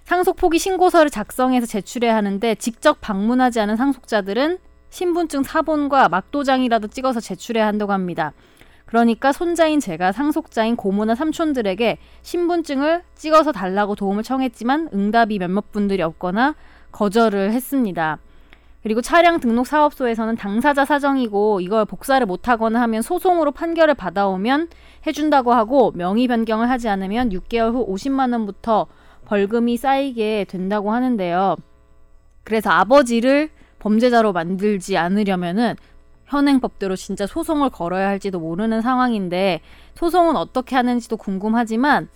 Speaker 4: 상속 포기 신고서를 작성해서 제출해야 하는데 직접 방문하지 않은 상속자들은 신분증 사본과 막도장이라도 찍어서 제출해야 한다고 합니다. 그러니까 손자인 제가 상속자인 고모나 삼촌들에게 신분증을 찍어서 달라고 도움을 청했지만 응답이 몇몇 분들이 없거나 거절을 했습니다. 그리고 차량 등록 사업소에서는 당사자 사정이고 이걸 복사를 못하거나 하면 소송으로 판결을 받아오면 해준다고 하고 명의 변경을 하지 않으면 6개월 후 50만 원부터 벌금이 쌓이게 된다고 하는데요. 그래서 아버지를 범죄자로 만들지 않으려면은 현행법대로 진짜 소송을 걸어야 할지도 모르는 상황인데 소송은 어떻게 하는지도 궁금하지만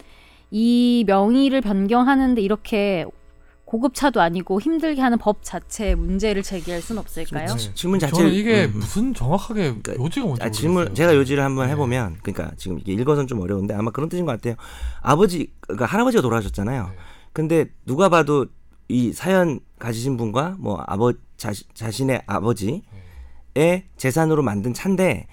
Speaker 4: 이 명의를 변경하는데 이렇게 고급차도 아니고 힘들게 하는 법 자체의 문제를 제기할 순 없을까요?
Speaker 1: 네.
Speaker 2: 질문 음. 자체
Speaker 1: 저는
Speaker 5: 음,
Speaker 1: 이게 무슨 정확하게 요지가 뭔지
Speaker 2: 아, 질문
Speaker 1: 모르겠어요. 네.
Speaker 2: 제가 요지를 한번 해보면 그러니까 지금 이게 읽어서는 좀 어려운데 아마 그런 뜻인 것 같아요. 아버지 그러니까 할아버지가 돌아가셨잖아요.
Speaker 1: 네.
Speaker 2: 근데 누가 봐도 이 사연 가지신 분과 뭐 아버 자, 자신의 아버지의
Speaker 1: 네.
Speaker 2: 재산으로 만든 차인데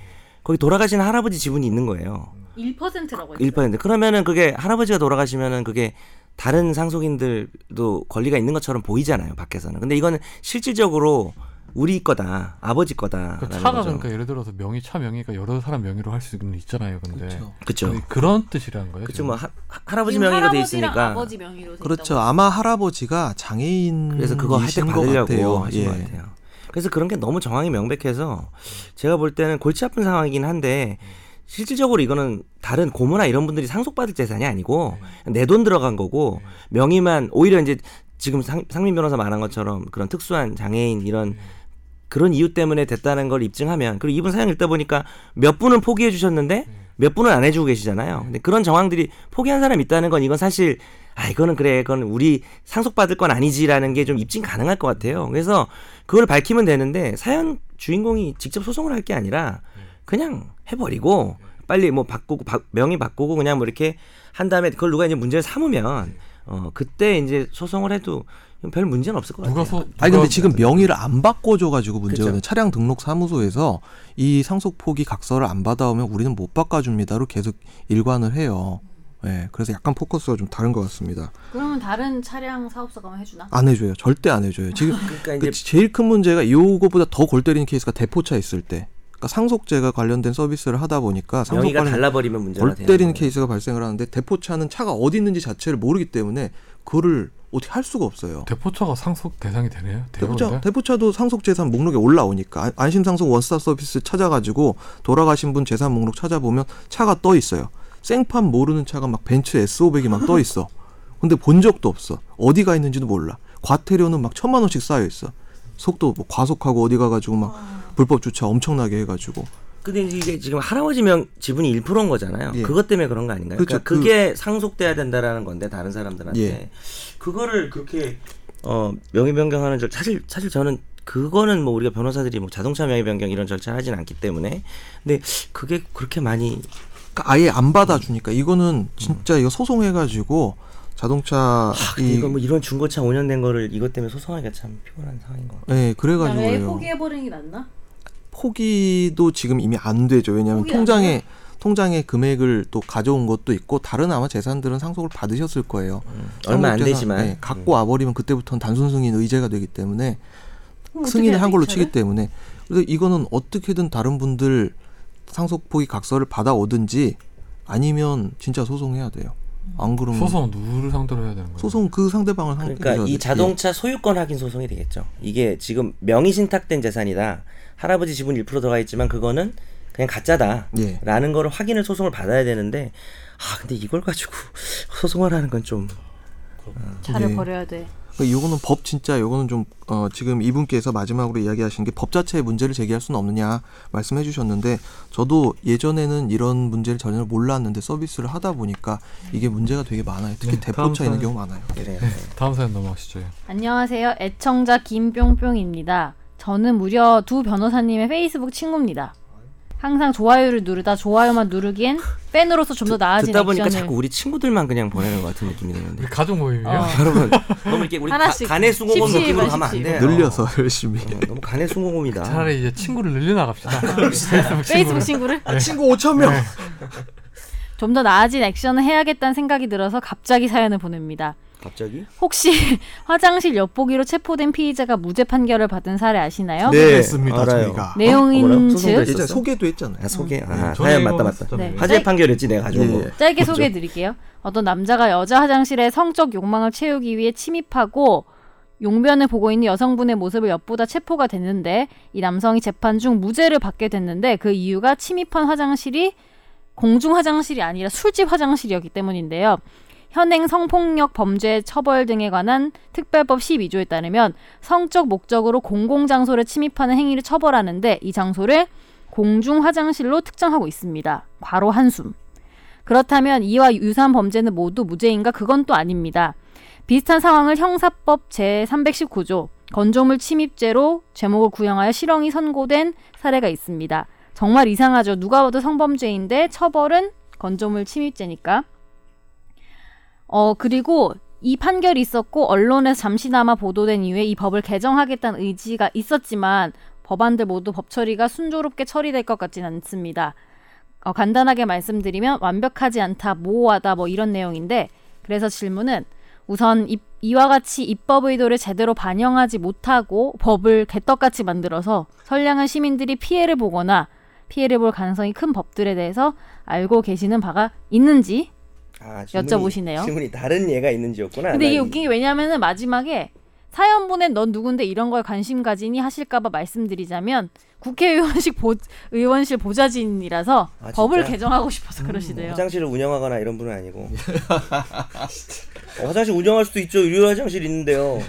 Speaker 2: 거기 돌아가신 할아버지 지분이 있는 거예요.
Speaker 4: 1%라고 했어요.
Speaker 2: 1%. 그러면은 그게 할아버지가 돌아가시면은 그게 다른 상속인들도 권리가 있는 것처럼 보이잖아요, 밖에서는. 근데 이거는 실질적으로 우리 거다, 아버지 거다.
Speaker 1: 그 차가 그러니까 예를 들어서 명의 차 명의가 여러 사람 명의로 할 수 있잖아요. 근데
Speaker 5: 그렇죠.
Speaker 2: 그쵸.
Speaker 1: 그- 그런 뜻이라는 거예요.
Speaker 2: 그쵸,
Speaker 1: 지금.
Speaker 2: 뭐 하, 하- 할아버지 명의가 돼 있으니까.
Speaker 4: 아버지 명의로 돼
Speaker 5: 그렇죠. 아마 할아버지가 장애인
Speaker 2: 그래서 그거 혜택
Speaker 5: 음, 이신 것
Speaker 2: 받으려고
Speaker 5: 같아요.
Speaker 2: 하신
Speaker 5: 예.
Speaker 2: 것 같아요. 그래서 그런 게 너무 정황이 명백해서 제가 볼 때는 골치 아픈 상황이긴 한데 실질적으로 이거는 다른 고모나 이런 분들이 상속받을 재산이 아니고
Speaker 5: 네.
Speaker 2: 내 돈 들어간 거고 명의만 오히려 이제 지금 상, 상민 변호사 말한 것처럼 그런 특수한 장애인
Speaker 5: 네.
Speaker 2: 이런 그런 이유 때문에 됐다는 걸 입증하면 그리고 이분 사연 읽다 보니까 몇 분은 포기해 주셨는데 몇 분은 안 해주고 계시잖아요. 근데 그런 정황들이 포기한 사람 있다는 건 이건 사실 아 이거는 그래 그건 우리 상속받을 건 아니지라는 게 좀 입증 가능할 것 같아요. 그래서 그걸 밝히면 되는데 사연 주인공이 직접 소송을 할 게 아니라 그냥 해버리고 빨리 뭐 바꾸고 바- 명의 바꾸고 그냥 뭐 이렇게 한 다음에 그걸 누가 이제 문제를 삼으면 어 그때 이제 소송을 해도 별 문제는 없을 것 같아요.
Speaker 1: 누가 소
Speaker 5: 아니
Speaker 1: 누가-
Speaker 5: 근데 지금 명의를 안 바꿔줘가지고 문제거든요.
Speaker 2: 그죠.
Speaker 5: 차량 등록 사무소에서 이 상속 포기 각서를 안 받아오면 우리는 못 바꿔줍니다로 계속 일관을 해요. 예, 그래서 약간 포커스가 좀 다른 것 같습니다.
Speaker 4: 그러면 다른 차량 사업사가 한번 해주나?
Speaker 5: 안 해줘요. 절대 안 해줘요. 지금
Speaker 2: 그러니까
Speaker 5: 그
Speaker 2: 이제
Speaker 5: 제일 큰 문제가 요거보다 더 골 때리는 케이스가 대포차 있을 때. 그러니까 상속제가 관련된 서비스를 하다 보니까 그 상속
Speaker 2: 명의가
Speaker 5: 관련
Speaker 2: 달라버리면 문제가
Speaker 5: 벌
Speaker 2: 되는
Speaker 5: 때리는
Speaker 2: 거예요.
Speaker 5: 케이스가 발생을 하는데 대포차는 차가 어디 있는지 자체를 모르기 때문에 그거를 어떻게 할 수가 없어요.
Speaker 1: 대포차가 상속 대상이 되네요.
Speaker 5: 대포차,
Speaker 1: 대포차
Speaker 5: 대포차도 상속재산 목록에 올라오니까 아, 안- 안심상속 원스톱 서비스 찾아가지고 돌아가신 분 재산 목록 찾아보면 차가 떠 있어요. 생판 모르는 차가 막 벤츠 S500이 막 떠 있어. 근데 본 적도 없어. 어디가 있는지도 몰라. 과태료는 막 천만 원씩 쌓여 있어. 속도 뭐 과속하고 어디 가가지고 막 불법 주차 엄청나게 해가지고
Speaker 2: 근데 이게 지금 할아버지 명 지분이 1%인 거잖아요.
Speaker 5: 예. 그렇죠.
Speaker 2: 그것 때문에 그런 거 아닌가요? 그러
Speaker 5: 그쵸,
Speaker 2: 니까 그게 상속돼야 된다라는 건데 다른 사람들한테
Speaker 5: 예.
Speaker 2: 그거를 그렇게 어 명의 변경하는 줄 사실 사실 저는 그거는 뭐 우리가 변호사들이 뭐 자동차 명의 변경 이런 절차를 하진 않기 때문에 근데 그게 그렇게 많이
Speaker 5: 그러니까 아예 안 받아주니까 이거는 진짜 이거 소송해가지고 자동차 아, 이
Speaker 2: 이거 뭐 이런 중고차 5년 된 거를 이것 때문에 소송하기가 참 피곤한 상황인 것 같아요.
Speaker 5: 네, 그래가지고
Speaker 4: 아예
Speaker 5: 그래요.
Speaker 4: 포기해버리는 게 낫나?
Speaker 5: 포기도 지금 이미 안 되죠. 왜냐하면
Speaker 4: 포기 안
Speaker 5: 통장에 통장에 금액을 또 가져온 것도 있고 다른 아마 재산들은 상속을 받으셨을 거예요.
Speaker 2: 얼마 안
Speaker 5: 상속재산,
Speaker 2: 되지만 음.
Speaker 5: 네, 갖고 와버리면 그때부터는 단순 승인 의제가 되기 때문에 승인을 한 걸로 치기 때문에 그래서 이거는 어떻게든 다른 분들 상속 포기 각서를 받아오든지 아니면 진짜 소송해야 돼요. 안 그러면
Speaker 1: 소송 누구를 상대로 해야 되는 거예요?
Speaker 5: 음. 소송 그 상대방을 상대로
Speaker 2: 그러니까
Speaker 5: 해야
Speaker 2: 이
Speaker 5: 돼요.
Speaker 2: 자동차 소유권 확인 소송이 되겠죠. 이게 지금 명의 신탁된 재산이다. 할아버지 지분 1% 들어가 있지만 그거는 그냥 가짜다.
Speaker 5: 예.
Speaker 2: 라는 거를 확인을 소송을 받아야 되는데 아 근데 이걸 가지고 소송을 하는 건 좀
Speaker 4: 차를
Speaker 5: 네.
Speaker 4: 버려야 돼.
Speaker 5: 그러니까 이거는 법 진짜 이거는 좀 어, 지금 이분께서 마지막으로 이야기하신 게 법 자체의 문제를 제기할 수는 없느냐 말씀해 주셨는데 저도 예전에는 이런 문제를 전혀 몰랐는데 서비스를 하다 보니까 이게 문제가 되게 많아요. 특히
Speaker 1: 네,
Speaker 5: 대포차
Speaker 1: 다음
Speaker 5: 있는 경우 많아요.
Speaker 2: 그래요.
Speaker 1: 다음 사연 넘어가시죠. 예.
Speaker 4: 안녕하세요. 애청자 김뿅뿅입니다. 저는 무려 두 변호사님의 페이스북 친구입니다. 항상 좋아요를 누르다 좋아요만 누르기엔 팬으로서 좀 더 나아진
Speaker 2: 듣다 보니까
Speaker 4: 액션을
Speaker 2: 자꾸 우리 친구들만 그냥 보내는 것 같은 느낌이 드는데
Speaker 1: 우리 가족 모임이요?
Speaker 4: 어.
Speaker 2: 여러분
Speaker 5: 네.
Speaker 2: 너무 이렇게 우리 가,
Speaker 4: 하나씩
Speaker 2: 간의 수공업
Speaker 4: 십시일
Speaker 2: 느낌으로
Speaker 4: 마십시오.
Speaker 2: 가면 안 돼요.
Speaker 5: 늘려서 열심히.
Speaker 2: 어, 너무 간의 수공업이다.
Speaker 1: 차라리 이제 친구를 늘려나갑시다.
Speaker 2: 아,
Speaker 1: 페이스북
Speaker 4: 페이스북
Speaker 1: 친구를.
Speaker 4: 친구를
Speaker 3: 친구 5천 명.
Speaker 4: 좀 더 나아진 액션을 해야겠다는 생각이 들어서 갑자기 사연을 보냅니다.
Speaker 2: 갑자기
Speaker 4: 혹시 화장실 엿보기로 체포된 피의자가 무죄 판결을 받은 사례 아시나요?
Speaker 5: 네.
Speaker 3: 됐습니다.
Speaker 2: 알아요.
Speaker 3: 저희가.
Speaker 2: 뭐라고?
Speaker 4: 내용인
Speaker 2: 소송도
Speaker 4: 즉
Speaker 2: 했었어?
Speaker 5: 예전에 소개도 했잖아요.
Speaker 2: 아 소개 아
Speaker 1: 전에
Speaker 2: 사연 맞다
Speaker 1: 이거
Speaker 2: 맞다.
Speaker 1: 했었잖아요.
Speaker 4: 네.
Speaker 2: 화재 판결이었지 내가 가져온 거.
Speaker 5: 예, 예.
Speaker 4: 짧게
Speaker 2: 먼저.
Speaker 4: 소개해 드릴게요. 어떤 남자가 여자 화장실에 성적 욕망을 채우기 위해 침입하고 용변을 보고 있는 여성분의 모습을 엿보다 체포가 됐는데 이 남성이 재판 중 무죄를 받게 됐는데 그 이유가 침입한 화장실이 공중 화장실이 아니라 술집 화장실이었기 때문인데요. 현행 성폭력 범죄 처벌 등에 관한 특별법 12조에 따르면 성적 목적으로 공공 장소를 침입하는 행위를 처벌하는데 이 장소를 공중 화장실로 특정하고 있습니다. 과로 한숨. 그렇다면 이와 유사한 범죄는 모두 무죄인가 그건 또 아닙니다. 비슷한 상황을 형사법 제319조 건조물 침입죄로 제목을 구형하여 실형이 선고된 사례가 있습니다. 정말 이상하죠. 누가 봐도 성범죄인데 처벌은 건조물 침입죄니까. 어 그리고 이 판결이 있었고 언론에서 잠시나마 보도된 이후에 이 법을 개정하겠다는 의지가 있었지만 법안들 모두 법 처리가 순조롭게 처리될 것 같진 않습니다. 어, 간단하게 말씀드리면 완벽하지 않다, 모호하다 뭐 이런 내용인데 그래서 질문은 우선 이, 이와 같이 입법 의도를 제대로 반영하지 못하고 법을 개떡같이 만들어서 선량한 시민들이 피해를 보거나 피해를 볼 가능성이 큰 법들에 대해서 알고 계시는 바가 있는지
Speaker 2: 아, 질문이-
Speaker 4: 여쭤보시네요.
Speaker 2: 질문이 다른 예가 있는지였구나.
Speaker 4: 근데 이게
Speaker 2: 난
Speaker 4: 웃긴 게 왜냐면은 마지막에 사연 보낸 넌 누군데 이런 걸 관심 가지니 하실까봐 말씀드리자면 국회의원식 보, 의원실 보좌진이라서
Speaker 2: 아,
Speaker 4: 법을
Speaker 2: 진짜?
Speaker 4: 개정하고 싶어서 그러시대요.
Speaker 2: 음, 화장실을 운영하거나 이런 분은 아니고. 어, 화장실 운영할 수도 있죠. 유료 화장실 있는데요.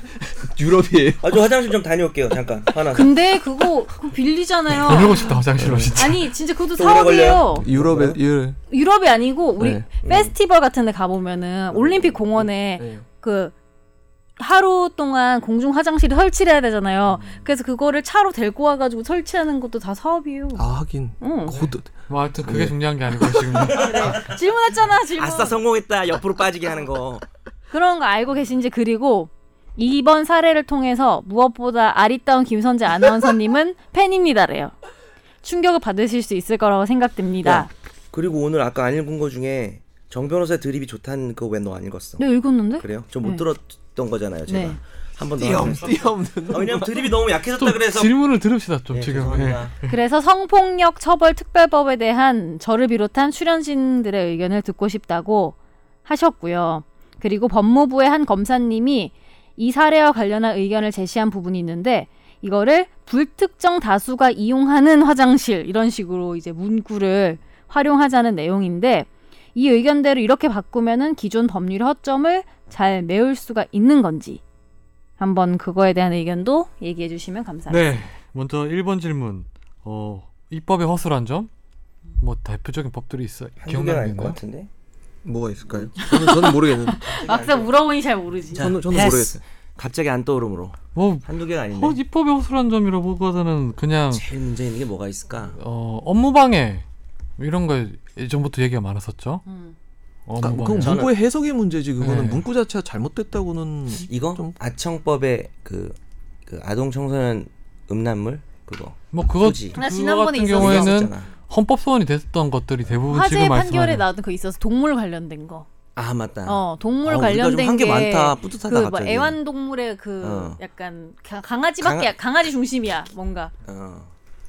Speaker 5: 유럽이에요.
Speaker 2: 아, 저 화장실 좀 다녀올게요. 잠깐. 하나.
Speaker 4: 근데 그거 그거 빌리잖아요.
Speaker 1: 놀고 싶다 화장실로
Speaker 2: 네.
Speaker 1: 진짜.
Speaker 4: 아니 진짜 그것도
Speaker 2: 또 오래
Speaker 4: 사업이에요.
Speaker 5: 어? 유럽에 유럽.
Speaker 4: 유럽이 아니고 우리
Speaker 5: 네.
Speaker 4: 페스티벌 같은 데
Speaker 2: 네.
Speaker 4: 가보면은 올림픽 공원에 그 하루 동안 공중 화장실을 설치를 해야 되잖아요.
Speaker 2: 음.
Speaker 4: 그래서 그거를 차로 데리고 와가지고 설치하는 것도 다 사업이에요.
Speaker 5: 아 하긴. 아,
Speaker 4: 응.
Speaker 5: 그것도
Speaker 1: 뭐 하여튼
Speaker 2: 네.
Speaker 1: 그게 중요한 게 아니고 지금
Speaker 4: 질문했잖아 질문.
Speaker 2: 아싸 성공했다. 옆으로 빠지게 하는 거.
Speaker 4: 그런 거 알고 계신지 그리고 이번 사례를 통해서 무엇보다 아리따운 김선재 아나운서님은 팬입니다래요. 충격을 받으실 수 있을 거라고 생각됩니다.
Speaker 2: 야. 그리고 오늘 아까 안 읽은 거 중에 정 변호사의 드립이 좋다는 그거 왜 너 안 읽었어?
Speaker 4: 내가 읽었는데?
Speaker 2: 그래요? 좀 못
Speaker 4: 네.
Speaker 2: 들었던 거잖아요, 제가.
Speaker 4: 네.
Speaker 2: 한 번 더.
Speaker 5: 띄엄
Speaker 2: 하면서.
Speaker 5: 띄엄
Speaker 2: 아, 왜냐면 드립이 너무 약해졌다
Speaker 1: 좀
Speaker 2: 그래서 네,
Speaker 1: 질문을 들읍시다 좀 지금. 예.
Speaker 2: 죄송합니다.
Speaker 4: 그래서 성폭력 처벌 특별법에 대한 저를 비롯한 출연진들의 의견을 듣고 싶다고 하셨고요. 그리고 법무부의 한 검사님이 이 사례와 관련한 의견을 제시한 부분이 있는데 이거를 불특정 다수가 이용하는 화장실 이런 식으로 이제 문구를 활용하자는 내용인데 이 의견대로 이렇게 바꾸면은 기존 법률의 허점을 잘 메울 수가 있는 건지 한번 그거에 대한 의견도 얘기해 주시면 감사합니다.
Speaker 1: 네. 먼저 1번 질문. 어, 입법의 허술한 점? 뭐 대표적인 법들이 있어.
Speaker 2: 한두 개는
Speaker 1: 기억나는 게
Speaker 2: 알것
Speaker 1: 있나요?
Speaker 2: 같은데.
Speaker 5: 뭐가 있을까요? 저는 저는 모르겠는데.
Speaker 4: 막상 물어보니 잘 모르지.
Speaker 5: 저는 저는
Speaker 2: 패스.
Speaker 5: 모르겠어요.
Speaker 2: 갑자기 안 떠오름으로
Speaker 1: 뭐
Speaker 2: 한두 개가 아닌데
Speaker 1: 어, 입법이 허술한 점이라고 보고서는 그냥
Speaker 2: 제일 문제 있는 게 뭐가 있을까?
Speaker 1: 어, 업무 방해 이런 거 예전부터 얘기가 많았었죠.
Speaker 4: 음.
Speaker 1: 업무
Speaker 5: 그러니까
Speaker 1: 방해.
Speaker 5: 그건
Speaker 2: 저는-
Speaker 5: 문구의 해석의 문제지 그거는
Speaker 1: 네.
Speaker 5: 문구 자체가 잘못됐다고는
Speaker 2: 이거
Speaker 5: 좀-
Speaker 2: 아청법의 그, 그 아동 청소년 음란물 그거
Speaker 1: 뭐 그거
Speaker 2: 소지.
Speaker 1: 그거
Speaker 4: 나 지난번에
Speaker 1: 같은
Speaker 4: 있었어.
Speaker 1: 경우에는
Speaker 2: 있었잖아.
Speaker 1: 헌법 소원이 됐던 것들이 대부분
Speaker 4: 화재
Speaker 1: 뭐 지금
Speaker 4: 판결에
Speaker 1: 말씀하는
Speaker 4: 나왔던 거 있어서 동물 관련된 거.
Speaker 2: 아 맞다.
Speaker 4: 어, 동물
Speaker 2: 아, 우리가
Speaker 4: 관련된
Speaker 2: 좀한게
Speaker 4: 게
Speaker 2: 많다. 뿌듯하다
Speaker 4: 그 뭐
Speaker 2: 갑자기.
Speaker 4: 애완동물의 그
Speaker 2: 어.
Speaker 4: 약간 가-
Speaker 2: 강아-
Speaker 4: 강아지밖에 강아지 중심이야 뭔가
Speaker 2: 어.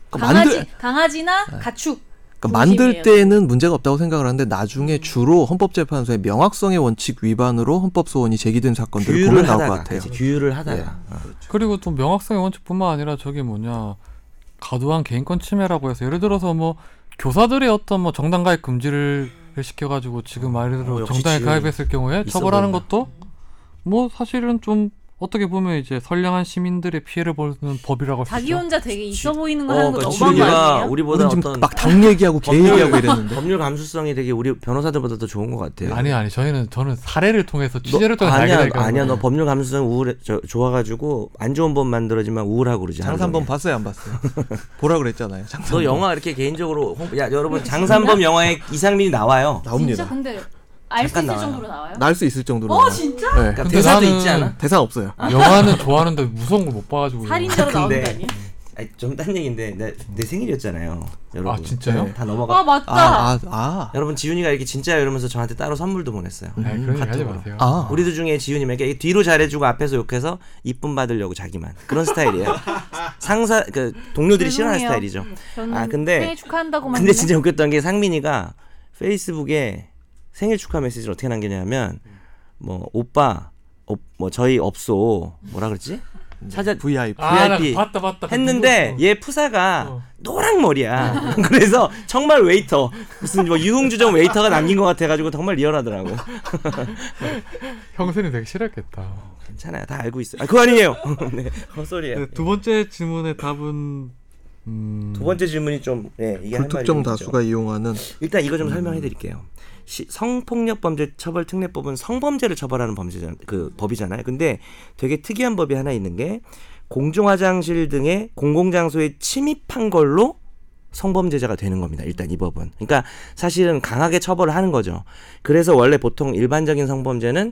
Speaker 5: 그러니까
Speaker 4: 강아지
Speaker 5: 만들
Speaker 4: 강아지나 가축
Speaker 5: 그러니까 만들
Speaker 4: 중심이에요.
Speaker 5: 때는 문제가 없다고 생각을 하는데 나중에 주로 헌법재판소의 명확성의 원칙 위반으로 헌법 소원이 제기된 사건들이
Speaker 2: 규율을
Speaker 5: 보면 나올 것
Speaker 2: 하다가
Speaker 5: 같아요. 예.
Speaker 2: 그치, 규율을 하다가 어,
Speaker 1: 그리고 또 명확성의 원칙뿐만 아니라 저게 뭐냐 과도한 개인권 침해라고 해서 예를 들어서 뭐 교사들의 어떤 뭐 정당 가입 금지를 시켜가지고 지금 말로
Speaker 2: 어, 역시
Speaker 1: 정당에
Speaker 2: 지혜는
Speaker 1: 가입했을 경우에
Speaker 2: 있어
Speaker 1: 처벌하는
Speaker 2: 보인다.
Speaker 1: 것도 뭐 사실은 좀 어떻게 보면 이제 선량한 시민들의 피해를 보는 법이라고 할 수
Speaker 4: 자기
Speaker 1: 있죠.
Speaker 4: 혼자 되게 있어 보이는 거
Speaker 2: 어,
Speaker 4: 하는 거
Speaker 2: 그러니까
Speaker 4: 너무한 거
Speaker 2: 우리가
Speaker 4: 아니에요?
Speaker 2: 우리보다
Speaker 5: 우리는 지금
Speaker 2: 어떤
Speaker 5: 막 당 얘기하고 개 얘기하고 이랬는데
Speaker 2: 법률 감수성이 되게 우리 변호사들보다 더 좋은 것 같아요.
Speaker 1: 아니 아니 저희는 저는 사례를 통해서
Speaker 2: 너-
Speaker 1: 취재를 통해 알게
Speaker 2: 아니야
Speaker 1: 될 거예요.
Speaker 2: 아니야 너 법률 감수성 우울해 저, 좋아가지고 안 좋은 법 만들어지만 우울하고 그러지. 하루
Speaker 5: 장산범
Speaker 2: 종일.
Speaker 5: 봤어요 안 봤어요? 보라 그랬잖아요.
Speaker 2: 너
Speaker 5: 장산범.
Speaker 2: 영화 이렇게 개인적으로 홍- 야 여러분 장산범 영화에 이상민이 나와요.
Speaker 4: 진짜
Speaker 3: 나옵니다.
Speaker 4: 근데 알 수
Speaker 2: 잠깐
Speaker 4: 있을
Speaker 2: 나와요.
Speaker 4: 정도로 나와요?
Speaker 5: 날 수 있을 정도로.
Speaker 4: 어 진짜?
Speaker 5: 나와요. 네.
Speaker 2: 그러니까
Speaker 1: 근데
Speaker 2: 대사도
Speaker 1: 나는-
Speaker 2: 있지 않아?
Speaker 5: 대사 없어요.
Speaker 1: 영화는 좋아하는데 무서운 걸 못 봐가지고
Speaker 4: 살인자로 나오는 거
Speaker 2: 음. 근데-
Speaker 4: 아니에요?
Speaker 2: 좀딴 얘기인데 내, 내 생일이었잖아요. 여러분.
Speaker 1: 아, 진짜요?
Speaker 2: 네, 다
Speaker 4: 아
Speaker 2: 넘어가.
Speaker 4: 맞다.
Speaker 5: 아, 아, 아.
Speaker 2: 여러분 지훈이가 이렇게 진짜 이러면서 저한테 따로 선물도 보냈어요.
Speaker 1: 아니, 그런 얘기 하지
Speaker 2: 카톡으로.
Speaker 1: 마세요.
Speaker 5: 아.
Speaker 2: 우리들 중에 지훈님에게 뒤로 잘해주고 앞에서 욕해서 이쁨 받으려고 자기만 그런 스타일이에요. 상사 그 동료들이 싫어하는
Speaker 4: 죄송해요.
Speaker 2: 스타일이죠.
Speaker 4: 저는
Speaker 2: 아, 근데-
Speaker 4: 생일 축하한다고만
Speaker 2: 근데
Speaker 4: 했네.
Speaker 2: 진짜 웃겼던 게 상민이가 페이스북에 생일 축하 메시지를 어떻게 남기냐면 뭐 오빠 어, 뭐 저희 업소 뭐라 그랬지?
Speaker 1: 네.
Speaker 2: 찾아
Speaker 5: VIP.
Speaker 1: 아, 나
Speaker 2: VIP
Speaker 1: 봤다 봤다.
Speaker 2: 했는데 얘 푸사가 노랑 머리야. 그래서 정말 웨이터 무슨 뭐 유흥주점 웨이터가 남긴 것 같아가지고 정말 리얼하더라고.
Speaker 1: 형수님 되게 싫었겠다.
Speaker 2: 괜찮아요, 다 알고 있어요. 아, 그거 아니에요. 네, 헛소리예요.
Speaker 1: 두 번째 질문의 답은 음,
Speaker 2: 두 번째 질문이 좀 네, 이게 할 말이
Speaker 5: 그 불특정
Speaker 2: 있죠.
Speaker 5: 다수가 음. 이용하는
Speaker 2: 일단 이거 좀 설명해 드릴게요. 시- 성폭력 범죄 처벌 특례법은 성범죄를 처벌하는 범죄잖 그 법이잖아요. 근데 되게 특이한 법이 하나 있는 게 공중 화장실 등의 공공 장소에 침입한 걸로 성범죄자가 되는 겁니다. 일단 이 법은. 그러니까 사실은 강하게 처벌을 하는 거죠. 그래서 원래 보통 일반적인 성범죄는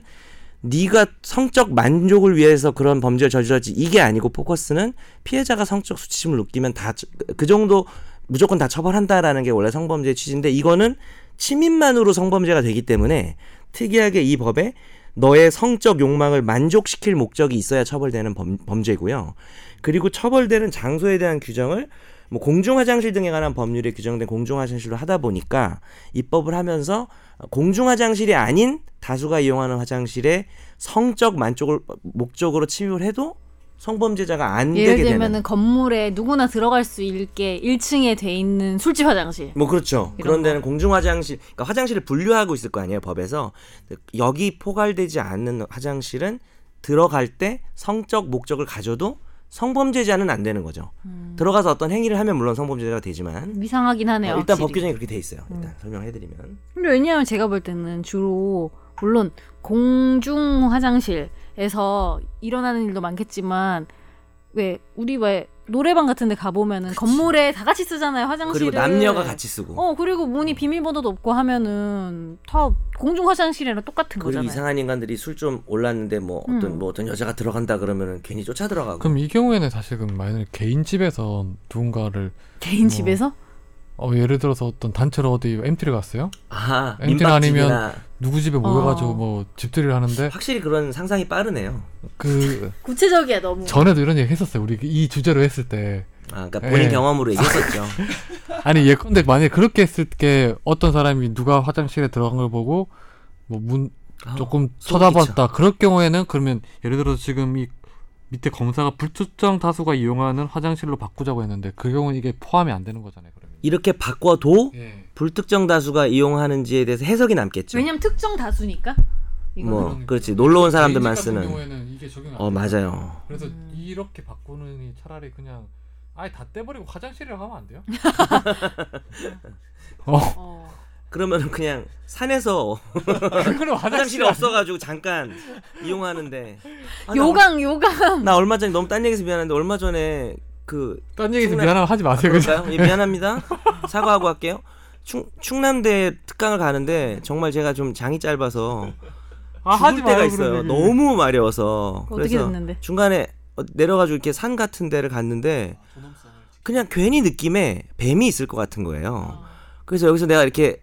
Speaker 2: 네가 성적 만족을 위해서 그런 범죄를 저질렀지 이게 아니고 포커스는 피해자가 성적 수치심을 느끼면 다 그 정도 무조건 다 처벌한다라는 게 원래 성범죄의 취지인데 이거는 침입만으로 성범죄가 되기 때문에 특이하게 이 법에 너의 성적 욕망을 만족시킬 목적이 있어야 처벌되는 범, 범죄고요. 그리고 처벌되는 장소에 대한 규정을 뭐 공중 화장실 등에 관한 법률에 규정된 공중 화장실로 하다 보니까 입법을 하면서 공중 화장실이 아닌 다수가 이용하는 화장실에 성적 만족을 목적으로 침입을 해도 성범죄자가 안
Speaker 4: 예를
Speaker 2: 되게 되는
Speaker 4: 들면은 건물에 누구나 들어갈 수 있게 1층에 돼 있는 술집 화장실.
Speaker 2: 뭐 그렇죠.
Speaker 4: 이런
Speaker 2: 그런 데는 공중 화장실, 그러니까 화장실을 분류하고 있을 거 아니에요 법에서 여기 포괄되지 않는 화장실은 들어갈 때 성적 목적을 가져도 성범죄자는 안 되는 거죠.
Speaker 4: 음.
Speaker 2: 들어가서 어떤 행위를 하면 물론 성범죄자가 되지만
Speaker 4: 이상하긴 하네요.
Speaker 2: 어, 일단
Speaker 4: 확실히. 음.
Speaker 2: 법 규정이 그렇게 돼 있어요. 일단 설명해드리면
Speaker 4: 근데 왜냐하면 제가 볼 때는 주로 물론 공중 화장실에서 일어나는 일도 많겠지만 왜 우리 왜 노래방 같은데 가 보면은 건물에 다 같이 쓰잖아요 화장실을
Speaker 2: 그리고 남녀가 같이 쓰고
Speaker 4: 어 그리고 문이 비밀번호도 없고 하면은 다 공중 화장실이랑 똑같은
Speaker 2: 그리고
Speaker 4: 거잖아요.
Speaker 2: 이상한 인간들이 술 좀 올랐는데 뭐 어떤
Speaker 4: 음.
Speaker 2: 뭐 어떤 여자가 들어간다 그러면은 괜히 쫓아 들어가고
Speaker 1: 그럼 이 경우에는 사실 그 만약에 개인 집에서 누군가를
Speaker 4: 개인
Speaker 1: 뭐.
Speaker 4: 집에서
Speaker 1: 어, 예를 들어서 어떤 단체로 어디 MT를 갔어요?
Speaker 2: 아
Speaker 1: 엔진
Speaker 2: 민박집이나
Speaker 1: 누구 집에 모여가지고
Speaker 4: 어.
Speaker 1: 뭐 집들이를 하는데
Speaker 2: 확실히 그런 상상이 빠르네요.
Speaker 1: 그
Speaker 4: 구체적이야 너무.
Speaker 1: 전에도 이런 얘기 했었어요. 우리 이 주제로 했을 때
Speaker 2: 아 그러니까
Speaker 1: 예.
Speaker 2: 본인 경험으로 얘기했었죠.
Speaker 1: 아니 예컨대 만약에 그렇게 했을 때 어떤 사람이 누가 화장실에 들어간 걸 보고 뭐 문
Speaker 2: 아,
Speaker 1: 조금
Speaker 2: 소름
Speaker 1: 쳐다봤다. 그럴 경우에는 그러면 예를 들어서 지금 이 밑에 검사가 불특정 다수가 이용하는 화장실로 바꾸자고 했는데 그 경우는 이게 포함이 안 되는 거잖아요. 그러면.
Speaker 2: 이렇게 바꿔도
Speaker 1: 예.
Speaker 2: 불특정 다수가 이용하는지에 대해서 해석이 남겠죠.
Speaker 4: 왜냐면 특정 다수니까. 이거는.
Speaker 2: 뭐 그렇지 놀러 온
Speaker 1: 음.
Speaker 2: 사람들만
Speaker 1: 개인 집 같은
Speaker 2: 쓰는.
Speaker 1: 경우에는 이게 적용 안 돼요.
Speaker 2: 어 맞아요.
Speaker 1: 그래서
Speaker 4: 음.
Speaker 1: 이렇게 바꾸는 차라리 그냥 아예 다 떼버리고 화장실을 하면 안 돼요? 어.
Speaker 4: 어.
Speaker 2: 그러면 그냥 산에서
Speaker 1: 그걸
Speaker 2: 아, 화장실이 없어가지고 잠깐 이용하는데 아, 나
Speaker 4: 요강 요강
Speaker 2: 얼- 나 얼마 전에 너무 딴 얘기해서 미안한데 얼마 전에 그
Speaker 1: 딴 얘기해서 미안하면 하지 마세요. 네, 그죠?
Speaker 2: 그럴까요? 예, 미안합니다. 사과하고 할게요. 충, 충남대 특강을 가는데 정말 제가 좀 장이 짧아서
Speaker 1: 아,
Speaker 2: 죽을
Speaker 1: 하지
Speaker 2: 때가
Speaker 1: 마요,
Speaker 2: 있어요.
Speaker 1: 그러면.
Speaker 2: 너무 마려워서
Speaker 4: 어떻게
Speaker 2: 그래서
Speaker 4: 됐는데?
Speaker 2: 중간에 어, 내려가지고 이렇게 산 같은 데를 갔는데 그냥 괜히 느낌에 뱀이 있을 것 같은 거예요. 그래서 여기서 내가 이렇게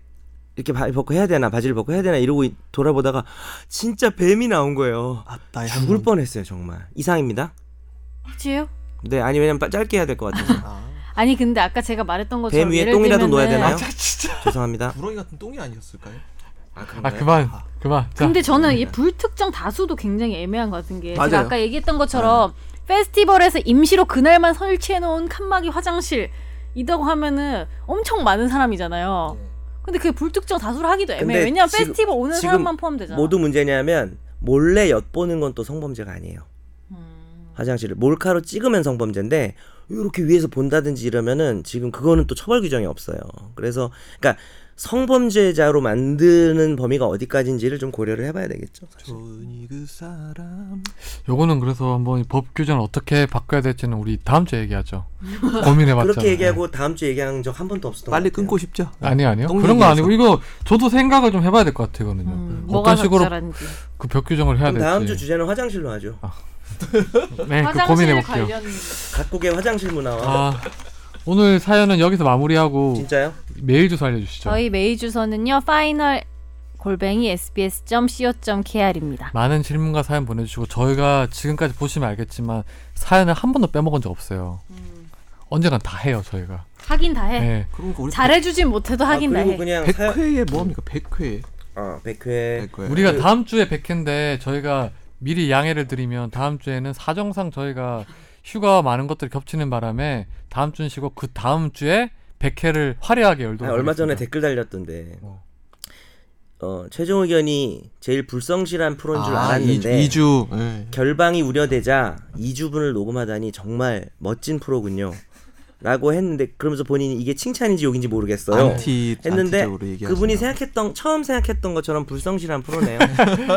Speaker 2: 이렇게 바- 벗고 해야 되나 바지를 벗고 해야 되나 이러고 이- 돌아보다가 진짜 뱀이 나온 거예요.
Speaker 3: 아따
Speaker 2: 죽을 뻔했어요 정말 이상입니다.
Speaker 4: 혹시요?
Speaker 2: 네 아니 왜냐면 빠- 짧게 해야 될 것 같아서
Speaker 4: 아니 근데 아까 제가 말했던 것처럼
Speaker 2: 뱀 위에
Speaker 4: 예를
Speaker 2: 똥이라도
Speaker 4: 들면은-
Speaker 2: 놓아야 되나요?
Speaker 5: 진짜
Speaker 2: 죄송합니다.
Speaker 5: 구렁이 같은 똥이 아니었을까요?
Speaker 1: 아,
Speaker 2: 네.
Speaker 1: 그만. 그만. 자.
Speaker 4: 근데 저는 이 불특정 다수도 굉장히 애매한 것 같은 게 제가
Speaker 5: 맞아요.
Speaker 4: 아까 얘기했던 것처럼 페스티벌에서 임시로 그날만 설치해 놓은 칸막이 화장실 이다고 하면은 엄청 많은 사람이잖아요. 근데 그게 불특정 다수로 하기도 애매해.
Speaker 2: 근데
Speaker 4: 왜냐면
Speaker 2: 지금-
Speaker 4: 페스티벌 오는
Speaker 2: 지금
Speaker 4: 사람만 포함되잖아.
Speaker 2: 모두 문제냐면 몰래 엿보는 건 또 성범죄가 아니에요.
Speaker 4: 음.
Speaker 2: 화장실을 몰카로 찍으면 성범죄인데 이렇게 위에서 본다든지 이러면은 지금 그거는 또 처벌 규정이 없어요. 그래서 그러니까 성범죄자로 만드는 범위가 어디까지인지를 좀 고려를 해봐야 되겠죠. 사실.
Speaker 5: 존이 그 사람
Speaker 1: 요거는 그래서 한번 법 규정을 어떻게 바꿔야 될지는 우리 다음 주에 얘기하죠. 고민해봤잖아요. 네.
Speaker 2: 그렇게 얘기하고 다음 주에 얘기한 적 한 번도 없었던
Speaker 5: 빨리
Speaker 2: 것 같아요.
Speaker 5: 끊고 싶죠?
Speaker 1: 아니 아니요.
Speaker 5: 똥
Speaker 1: 그런 거
Speaker 5: 얘기해서.
Speaker 1: 아니고 이거 저도 생각을 좀 해봐야 될 것 같아요. 이거는요.
Speaker 4: 음, 뭐가
Speaker 1: 어떤 식으로
Speaker 4: 적절한지.
Speaker 1: 그 벽 규정을 해야
Speaker 2: 그럼
Speaker 1: 될지.
Speaker 2: 다음 주 주제는 화장실로 하죠.
Speaker 1: 네, 그 고민해볼게요.
Speaker 2: 각국의 화장실 문화와
Speaker 1: 아 오늘 사연은 여기서 마무리하고
Speaker 2: 진짜요?
Speaker 1: 메일 주소 알려주시죠.
Speaker 4: 저희 메일 주소는요. final 골뱅이 sbs.co.kr입니다.
Speaker 1: 많은 질문과 사연 보내주시고 저희가 지금까지 보시면 알겠지만 사연을 한 번도 빼먹은 적 없어요.
Speaker 2: 음.
Speaker 1: 언제간 다 해요 저희가.
Speaker 4: 하긴 다 해.
Speaker 1: 네.
Speaker 5: 그러니까 우리
Speaker 4: 잘해주진 못해도
Speaker 2: 아,
Speaker 4: 하긴 다
Speaker 2: 그리고
Speaker 4: 해.
Speaker 2: 그냥
Speaker 5: 백-
Speaker 2: 사연-
Speaker 5: 100회에 뭐 합니까? 100회.
Speaker 2: 어, 백회
Speaker 1: 우리가
Speaker 2: 네.
Speaker 1: 다음 주에 100회인데 저희가 미리 양해를 드리면 다음 주에는 사정상 저희가 휴가 많은 것들이 겹치는 바람에 다음 주는 쉬고 그 다음 주에 100회를 화려하게 열도록
Speaker 2: 아니, 얼마 전에
Speaker 1: 하겠습니다.
Speaker 2: 댓글 달렸던데.
Speaker 1: 어.
Speaker 2: 어, 최종 의견이 제일 불성실한
Speaker 5: 아,
Speaker 2: 프로인 줄 알았는데
Speaker 5: 2주. 예,
Speaker 2: 결방이 우려되자 2주분을 녹음하다니 정말 멋진 프로군요. 라고 했는데 그러면서 본인이 이게 칭찬인지 욕인지 모르겠어요.
Speaker 5: 안티
Speaker 2: 했는데
Speaker 5: 안티적으로 얘기하시네요.
Speaker 2: 그분이 생각했던 처음 생각했던 것처럼 불성실한 프로네요.
Speaker 1: 근데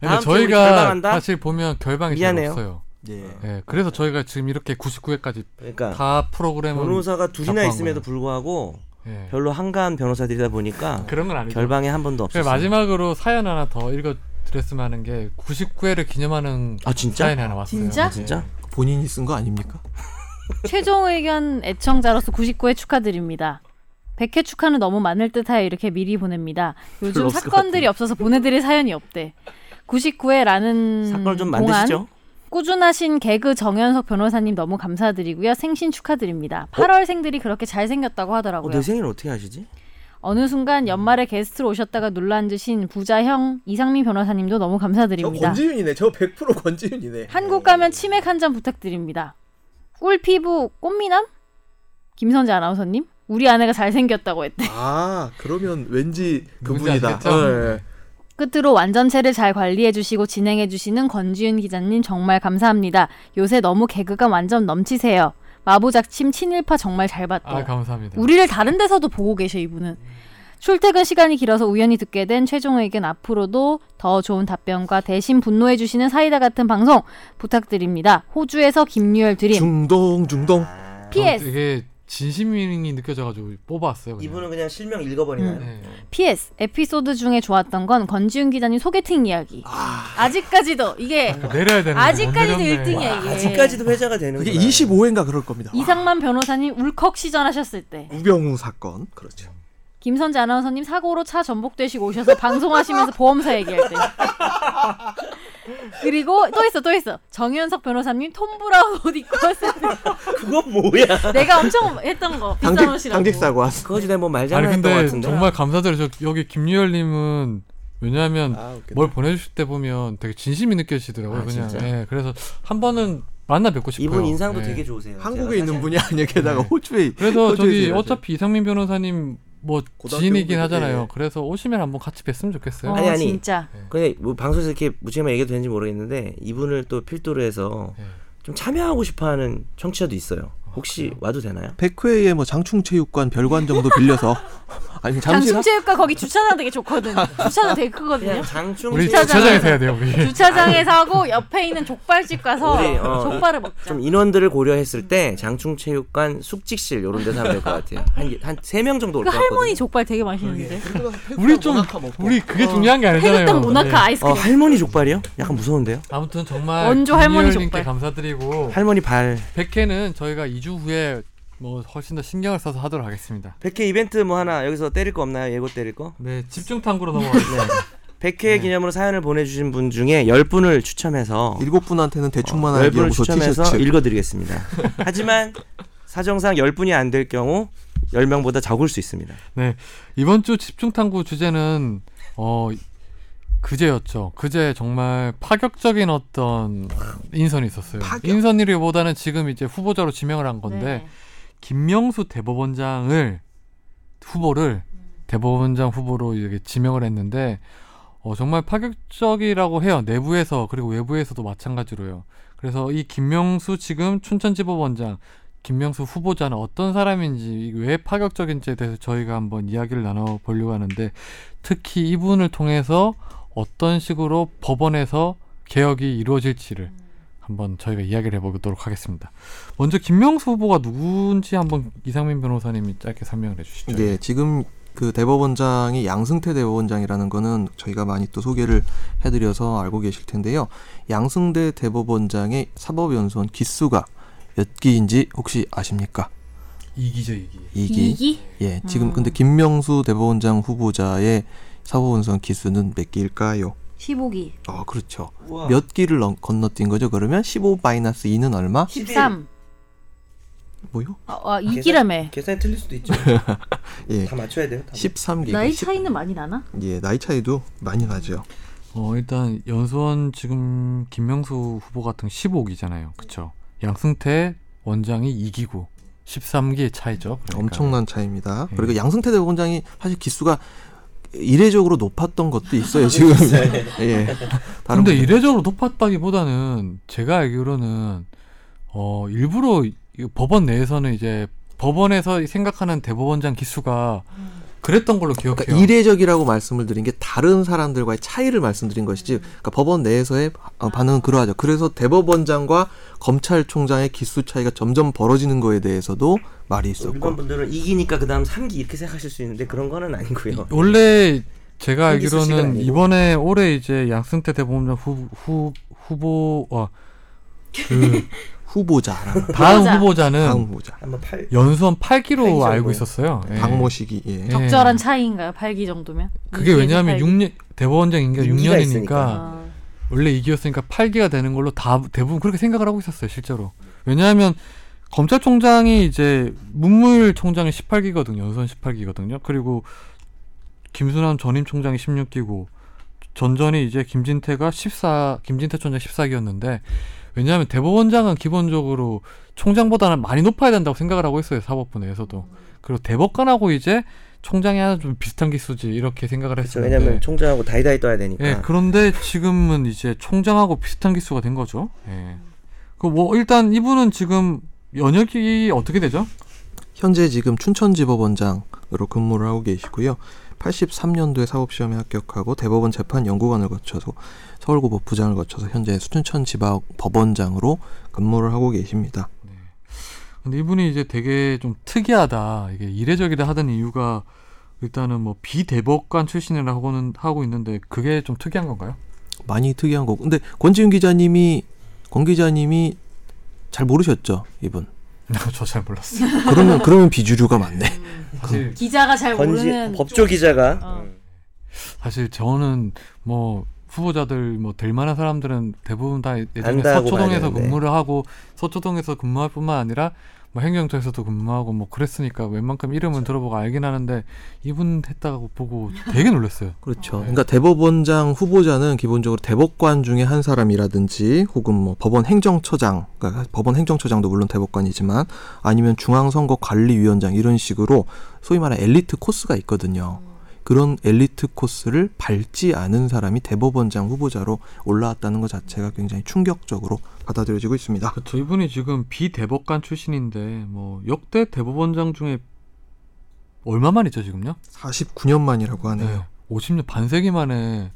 Speaker 2: 다음 주에 우리 결방한다?
Speaker 1: 저희가 사실 보면 결방이 잘
Speaker 2: 미안해요.
Speaker 1: 없어요.
Speaker 5: 예.
Speaker 1: 예, 그래서 저희가 지금 이렇게 99회까지
Speaker 2: 그러니까
Speaker 1: 다 프로그램을
Speaker 2: 변호사가 둘이나
Speaker 1: 자꾸 한
Speaker 2: 있음에도 불구하고
Speaker 1: 예.
Speaker 2: 별로 한가한 변호사들이다 보니까
Speaker 1: 그런 건 아니죠.
Speaker 2: 결방에 한 번도
Speaker 1: 그래,
Speaker 2: 없었어요.
Speaker 1: 마지막으로 사연 하나 더 읽어드렸으면 하는 게 99회를 기념하는
Speaker 2: 아
Speaker 5: 네,
Speaker 2: 진짜?
Speaker 1: 사연이 하나 왔어요.
Speaker 4: 진짜?
Speaker 2: 진짜?
Speaker 5: 본인이 쓴 거 아닙니까?
Speaker 4: 최종 의견 애청자로서 99회 축하드립니다. 100회 축하는 너무 많을 듯하여 이렇게 미리 보냅니다. 요즘
Speaker 2: 별로 없을
Speaker 4: 사건들이
Speaker 2: 것
Speaker 4: 없어서 보내드릴 사연이 없대. 99회라는
Speaker 2: 사건 좀 만드시죠.
Speaker 4: 꾸준하신 개그 정현석 변호사님 너무 감사드리고요. 생신 축하드립니다. 8월생들이 그렇게 잘생겼다고
Speaker 2: 어,
Speaker 4: 하더라고요.
Speaker 2: 내 생일 어떻게 아시지?
Speaker 4: 어느 순간 연말에 게스트로 오셨다가 놀라앉으신 부자형 이상민 변호사님도 너무 감사드립니다.
Speaker 3: 권지윤이네. 저 100% 권지윤이네.
Speaker 4: 한국 가면 치맥 한 잔 부탁드립니다. 꿀 피부 꽃미남? 김선재 아나운서님? 우리 아내가 잘생겼다고 했대.
Speaker 3: 아 그러면 왠지
Speaker 1: 누군지
Speaker 3: 그분이다.
Speaker 1: 아시겠죠?
Speaker 3: 어, 예.
Speaker 4: 끝으로 완전체를 잘 관리해주시고 진행해주시는 권지윤 기자님 정말 감사합니다. 요새 너무 개그가 완전 넘치세요. 마보작침 친일파 정말 잘 봤대요.
Speaker 2: 어.
Speaker 1: 아 감사합니다.
Speaker 4: 우리를 다른 데서도 보고 계셔 이분은. 출퇴근 시간이 길어서 우연히 듣게 된 최종 의견 앞으로도 더 좋은 답변과 대신 분노해 주시는 사이다 같은 방송 부탁드립니다. 호주에서 김유열 드림.
Speaker 5: 중동 중동.
Speaker 2: 아,
Speaker 4: PS
Speaker 1: 이게 진심이 느껴져가지고 뽑았어요. 그냥.
Speaker 2: 이분은 그냥 실명 읽어버리나요?
Speaker 1: 네.
Speaker 4: PS 에피소드 중에 좋았던 건 권지윤 기자님 소개팅 이야기. 아... 직까지도 이게
Speaker 1: 그 내려야 되는
Speaker 4: 아직까지도 1등이야 이게.
Speaker 2: 아직까지도 회자가 되는
Speaker 3: 그게 25회인가 그럴 겁니다.
Speaker 4: 이상만 변호사님 울컥 시전하셨을 때
Speaker 3: 우병우 사건 그렇죠.
Speaker 4: 김선재 아나운서님 사고로 차 전복되시고 오셔서 방송하시면서 보험사 얘기할 때 그리고 또 있어 또 있어 정현석 변호사님 톰 브라운 옷 입고 왔을 때
Speaker 2: 그거 뭐야?
Speaker 4: 내가 엄청 했던 거 비싼
Speaker 3: 당직
Speaker 4: 옷이라고
Speaker 3: 당직 사고 왔어.
Speaker 2: 그거 지금 뭐
Speaker 1: 아니
Speaker 2: 말장난 했던 것
Speaker 1: 근데
Speaker 2: 같은데.
Speaker 1: 정말 감사드려요. 저 여기 김유열님은 왜냐하면
Speaker 3: 아, 웃겼다.
Speaker 1: 뭘 보내주실 때 보면 되게 진심이 느껴지더라고요.
Speaker 2: 아,
Speaker 1: 그냥.
Speaker 2: 진짜?
Speaker 1: 예, 그래서 한 번은 만나 뵙고 싶어요.
Speaker 2: 이분 인상도
Speaker 1: 예.
Speaker 2: 되게 좋으세요.
Speaker 3: 한국에
Speaker 2: 제가
Speaker 3: 있는
Speaker 2: 사실- 네.
Speaker 3: 분이 아니에요. 게다가 호주에
Speaker 1: 그래서
Speaker 3: 호주에서
Speaker 1: 저기
Speaker 3: 일하세요.
Speaker 1: 어차피 이상민 변호사님 뭐
Speaker 3: 고등학교
Speaker 1: 지인이긴
Speaker 3: 후배,
Speaker 1: 하잖아요.
Speaker 3: 예.
Speaker 1: 그래서 오시면 한번 같이 뵀으면 좋겠어요.
Speaker 4: 어,
Speaker 2: 아니, 아니.
Speaker 4: 진짜
Speaker 2: 근데 뭐 방송에서 이렇게 무책임하게 얘기도 되는지 모르겠는데 이분을 또 필두로 해서
Speaker 1: 예.
Speaker 2: 좀 참여하고 싶어하는 청취자도 있어요. 혹시 와도 되나요?
Speaker 5: 백회에 뭐 장충체육관 별관 정도 빌려서 아니 잠실
Speaker 4: 장충체육관 거기 주차장 되게 좋거든. 주차장 되게 크거든요.
Speaker 2: 그냥 장충
Speaker 1: 우리
Speaker 4: 주차장.
Speaker 1: 주차장에서 해야 돼요 우리.
Speaker 4: 주차장에서 하고 옆에 있는 족발집 가서
Speaker 2: 우리, 어,
Speaker 4: 족발을 먹자.
Speaker 2: 좀 인원들을 고려했을 때 장충체육관 숙직실 이런 데서 하면 될 것 같아요. 한한세 명 정도 올
Speaker 4: 그
Speaker 2: 것 같거든요.
Speaker 4: 할머니 족발 되게 맛있는데.
Speaker 1: 우리 좀 우리 그게 중요한 게 아니잖아요.
Speaker 4: 태극당 모나카
Speaker 1: 예.
Speaker 4: 어. 아이스크림.
Speaker 2: 어, 할머니 족발이요? 약간 무서운데요?
Speaker 1: 아무튼 정말
Speaker 4: 원조 할머니
Speaker 1: 김희열님께
Speaker 4: 족발.
Speaker 1: 감사드리고
Speaker 2: 할머니 발.
Speaker 1: 100회는 저희가 2주 후에 뭐 훨씬 더 신경을 써서 하도록 하겠습니다.
Speaker 2: 100회 이벤트 뭐 하나 여기서 때릴 거 없나요? 예고 때릴 거?
Speaker 1: 네 집중 탐구로 넘어가겠습니다.
Speaker 2: 100회
Speaker 5: 네.
Speaker 2: 기념으로 사연을 보내주신 분 중에 10분을 추첨해서
Speaker 5: 일곱 분한테는 대충만
Speaker 2: 어, 10분을
Speaker 5: 알기로서
Speaker 2: 추첨해서
Speaker 5: 티셔츠
Speaker 2: 읽어드리겠습니다. 하지만 사정상 10분이 안 될 경우 10명보다 적을 수 있습니다.
Speaker 1: 네 이번 주 집중 탐구 주제는 어 그제였죠. 그제 정말 파격적인 어떤 인선이 있었어요.
Speaker 3: 파격.
Speaker 1: 인선이라기보다는 지금 이제 후보자로 지명을 한 건데
Speaker 4: 네.
Speaker 1: 김명수 대법원장을 후보를 대법원장 후보로 이렇게 지명을 했는데 어, 정말 파격적이라고 해요 내부에서 그리고 외부에서도 마찬가지로요. 그래서 이 김명수 지금 춘천지법원장 김명수 후보자는 어떤 사람인지 왜 파격적인지에 대해서 저희가 한번 이야기를 나눠보려고 하는데 특히 이분을 통해서 어떤 식으로 법원에서 개혁이 이루어질지를 한번 저희가 이야기를 해보도록 하겠습니다. 먼저 김명수 후보가 누군지 한번 이상민 변호사님이 짧게 설명을 해주시죠.
Speaker 5: 네, 지금 그 대법원장이 양승태 대법원장이라는 거는 저희가 많이 또 소개를 해드려서 알고 계실 텐데요. 양승태 대법원장의 사법연수원 기수가 몇 기인지 혹시 아십니까?
Speaker 1: 이기죠 이기.
Speaker 5: 이기
Speaker 4: 이기?
Speaker 5: 예, 지금 근데 김명수 대법원장 후보자의 사법연수원 기수는 몇 기일까요?
Speaker 4: 15기.
Speaker 5: 아, 그렇죠. 몇 기를 넘- 건너뛴 거죠? 그러면 15 마이너스 2는 얼마?
Speaker 4: 13.
Speaker 5: 뭐요?
Speaker 4: 아, 아 2기라며.
Speaker 2: 계산이 틀릴 수도 있죠.
Speaker 5: 예.
Speaker 2: 다 맞춰야 돼요. 다.
Speaker 5: 13기.
Speaker 4: 나이 차이는 많이 나나?
Speaker 5: 예, 나이 차이도 많이 나죠.
Speaker 1: 어 일단 연수원 지금 김명수 후보 같은 15기잖아요. 그렇죠. 양승태 원장이 이기고 13기의 차이죠. 그러니까.
Speaker 5: 엄청난 차이입니다.
Speaker 1: 예.
Speaker 5: 그리고 양승태 대법원장이 사실 기수가 이례적으로 높았던 것도 있어요 지금. 예. 다른
Speaker 1: 근데
Speaker 5: 분들-
Speaker 1: 이례적으로 높았다기보다는 제가 알기로는 어 일부러 이- 법원 내에서는 이제 법원에서 생각하는 대법원장 기수가 그랬던 걸로
Speaker 5: 그러니까
Speaker 1: 기억해요.
Speaker 5: 이례적이라고 말씀을 드린 게 다른 사람들과의 차이를 말씀드린 것이지. 그러니까 법원 내에서의 바- 어, 반응은 그러하죠. 그래서 대법원장과 검찰총장의 기수 차이가 점점 벌어지는 거에 대해서도 말이
Speaker 2: 일반
Speaker 5: 있었고.
Speaker 2: 분들은 이기니까 그다음 3기 이렇게 생각하실 수 있는데 그런 거는 아니고요.
Speaker 1: 원래 제가
Speaker 2: 생길 수식은
Speaker 1: 알기로는
Speaker 2: 아니고.
Speaker 1: 이번에 올해 이제 양승태 대법원장 후, 후, 후보 어, 그
Speaker 5: 후보자라는
Speaker 1: 다음
Speaker 4: 후보자.
Speaker 1: 후보자는
Speaker 5: 그 다음 후보자.
Speaker 2: 한번 팔
Speaker 1: 연수원 8기로
Speaker 2: 팔기죠,
Speaker 1: 알고
Speaker 2: 뭐.
Speaker 1: 있었어요. 예.
Speaker 5: 박모식이 예.
Speaker 1: 예.
Speaker 4: 적절한 차이인가요? 8기 정도면?
Speaker 1: 그게
Speaker 4: 2기에서
Speaker 1: 왜냐하면
Speaker 4: 8기?
Speaker 1: 6년 대법원장 인기가
Speaker 2: 임기가
Speaker 1: 6년이니까
Speaker 2: 있으니까.
Speaker 4: 아.
Speaker 1: 원래 2기였으니까 8기가 되는 걸로 다 대부분 그렇게 생각을 하고 있었어요, 실제로. 왜냐하면 검찰총장이 이제 문무일 총장이 18기거든요. 연선 18기거든요. 그리고 김순환 전임 총장이 16기고 전전이 이제 김진태가 14 김진태 총장 14기였는데 왜냐하면 대법원장은 기본적으로 총장보다는 많이 높아야 된다고 생각을 하고 있어요 사법부 내에서도 그리고 대법관하고 이제 총장이 하나 좀 비슷한 기수지 이렇게 생각을 네.
Speaker 2: 그렇죠.
Speaker 1: 했었는데
Speaker 2: 왜냐면 총장하고 다이다이 떠야 되니까.
Speaker 5: 네,
Speaker 1: 예, 그런데 지금은 이제 총장하고 비슷한 기수가 된 거죠. 예. 그 뭐 일단 이분은 지금 연역이 어떻게 되죠?
Speaker 5: 현재 지금 춘천지법원장으로 근무를 하고 계시고요. 83년도에 사법시험에 합격하고 대법원 재판연구관을 거쳐서 서울고법 부장을 거쳐서 현재 춘천지법원장으로 근무를 하고 계십니다.
Speaker 1: 근데 이분이 이제 되게 좀 특이하다. 이게 이례적이다 하던 이유가 일단은 뭐 비대법관 출신이라고는 하고 있는데 그게 좀 특이한 건가요?
Speaker 5: 많이 특이한 거고. 근데 권지윤 기자님이 권 기자님이 잘 모르셨죠, 이분.
Speaker 1: 저 잘 몰랐어요.
Speaker 5: 그러면 그러면 비주류가 많네.
Speaker 1: 사실
Speaker 4: 기자가 잘
Speaker 2: 건지
Speaker 4: 모르는
Speaker 2: 법조 기자가
Speaker 4: 어.
Speaker 5: 음.
Speaker 1: 사실 저는 뭐 후보자들 뭐 될 만한 사람들은 대부분 다 예전에
Speaker 2: 안다고 봐야
Speaker 1: 서초동에서
Speaker 2: 되는데.
Speaker 1: 근무를 하고 서초동에서 근무할 뿐만 아니라 뭐 행정처에서도 근무하고 뭐 그랬으니까 웬만큼 이름은 들어보고 알긴 하는데 이분 했다고 보고 되게 놀랐어요.
Speaker 5: 그렇죠. 그러니까 대법원장 후보자는 기본적으로 대법관 중에 한 사람이라든지 혹은 뭐 법원 행정처장, 그러니까 법원 행정처장도 물론 대법관이지만 아니면 중앙선거관리위원장 이런 식으로 소위 말하는 엘리트 코스가 있거든요. 그런 엘리트 코스를 밟지 않은 사람이 대법원장 후보자로 올라왔다는 것 자체가 굉장히 충격적으로 받아들여지고 있습니다.
Speaker 1: 그렇죠. 이분이 지금 비대법관 출신인데 뭐 역대 대법원장 중에 얼마 만이죠 지금요?
Speaker 3: 49년 만이라고 하네요.
Speaker 1: 50년 반세기 만에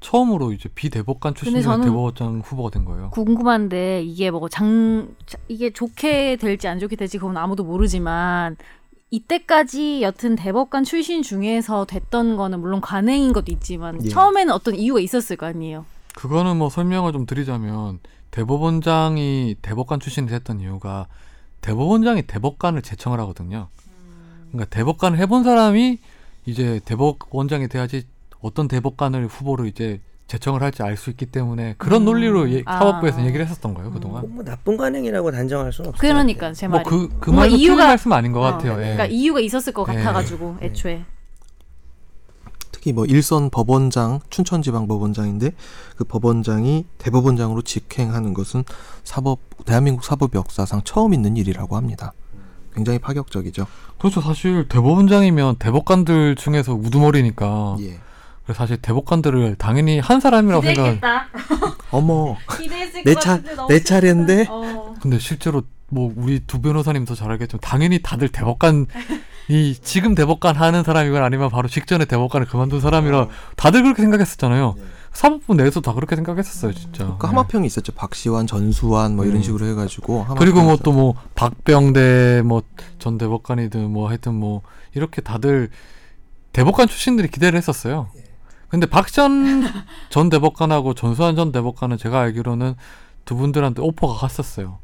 Speaker 1: 처음으로 이제 비대법관 출신의
Speaker 4: 저는
Speaker 1: 대법관 후보가 된 거예요.
Speaker 4: 궁금한데 이게 뭐 장 이게 좋게 될지 안 좋게 될지 그건 아무도 모르지만 이때까지 여튼 대법관 출신 중에서 됐던 거는 물론 관행인 것도 있지만
Speaker 3: 예.
Speaker 4: 처음에는 어떤 이유가 있었을 거 아니에요.
Speaker 1: 그거는 뭐 설명을 좀 드리자면 대법원장이 대법관 출신이 됐던 이유가 대법원장이 대법관을 제청을 하거든요. 그러니까 대법관을 해본 사람이 이제 대법원장이 돼야지 어떤 대법관을 후보로 이제 제청을 할지 알 수 있기 때문에 그런
Speaker 4: 음.
Speaker 1: 논리로 예,
Speaker 4: 아.
Speaker 1: 사법부에서 얘기를 했었던 거예요
Speaker 5: 아,
Speaker 1: 그동안.
Speaker 2: 꼭뭐 나쁜 관행이라고 단정할 수는 없어요.
Speaker 4: 그러니까 제 말이.
Speaker 1: 뭐 그 그
Speaker 4: 뭔가
Speaker 1: 말도 틀린
Speaker 4: 이유가-
Speaker 1: 말씀 은 아닌 것
Speaker 4: 어,
Speaker 1: 같아요. 예.
Speaker 4: 그러니까 이유가 있었을 것
Speaker 1: 예.
Speaker 4: 같아가지고 애초에.
Speaker 5: 특히 뭐 일선 법원장 춘천지방 법원장인데 그 법원장이 대법원장으로 직행하는 것은 사법 대한민국 사법 역사상 처음 있는 일이라고 합니다. 굉장히 파격적이죠.
Speaker 1: 그렇죠. 사실 대법원장이면 대법관들 중에서 우두머리니까.
Speaker 5: 예.
Speaker 1: 그래서 사실 대법관들을 당연히 한 사람이라고 생각. 네.
Speaker 5: 어머
Speaker 4: 기대했을
Speaker 5: 내 차- 내 차례인데?
Speaker 4: 어.
Speaker 1: 근데 실제로 뭐 우리 두 변호사님 더 잘 알겠지만 당연히 다들 대법관이 지금 대법관 하는 사람이거나 아니면 바로 직전에 대법관을 그만둔 사람이라 다들 그렇게 생각했었잖아요. 사법부 내에서 다 그렇게 생각했었어요, 진짜.
Speaker 5: 그
Speaker 1: 네.
Speaker 5: 하마평이 있었죠. 박시환, 전수환 뭐 이런
Speaker 1: 음.
Speaker 5: 식으로 해가지고 하마평
Speaker 1: 그리고 뭐 또 뭐 박병대 뭐 전 대법관이든 뭐 하여튼 뭐 이렇게 다들 대법관 출신들이 기대를 했었어요. 근데 박전 전 대법관하고 전수환 전 대법관은 제가 알기로는 두 분들한테 오퍼가 갔었어요.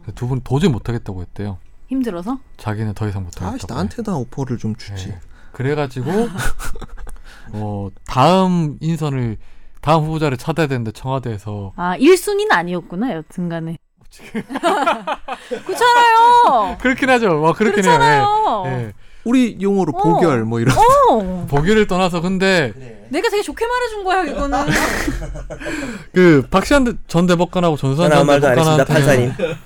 Speaker 1: 근데 두 분이 도저히 못하겠다고 했대요.
Speaker 4: 힘들어서?
Speaker 1: 자기는 더 이상 못하겠다고.
Speaker 5: 아씨 나한테 다 오퍼를 좀 주지.
Speaker 1: 예. 그래가지고 어 다음 인선을 다음 후보자를 찾아야 되는데 청와대에서
Speaker 4: 아 1순위는 아니었구나 여튼간에. 그렇잖아요.
Speaker 1: 그렇긴 하죠. 뭐 그렇긴 해요.
Speaker 4: 그렇잖아요.
Speaker 1: 예. 예.
Speaker 5: 우리 용어로
Speaker 4: 어.
Speaker 5: 보결 뭐 이런.
Speaker 4: 어.
Speaker 1: 보기를 떠나서 근데
Speaker 2: 네.
Speaker 4: 내가 되게 좋게 말해준 거야 이거는.
Speaker 1: 그 박시환 전 대법관하고 전수환
Speaker 2: 저는
Speaker 1: 전
Speaker 2: 아무 말도 안
Speaker 5: 네.
Speaker 2: 했습니다, 판사님.
Speaker 1: 대법관한테는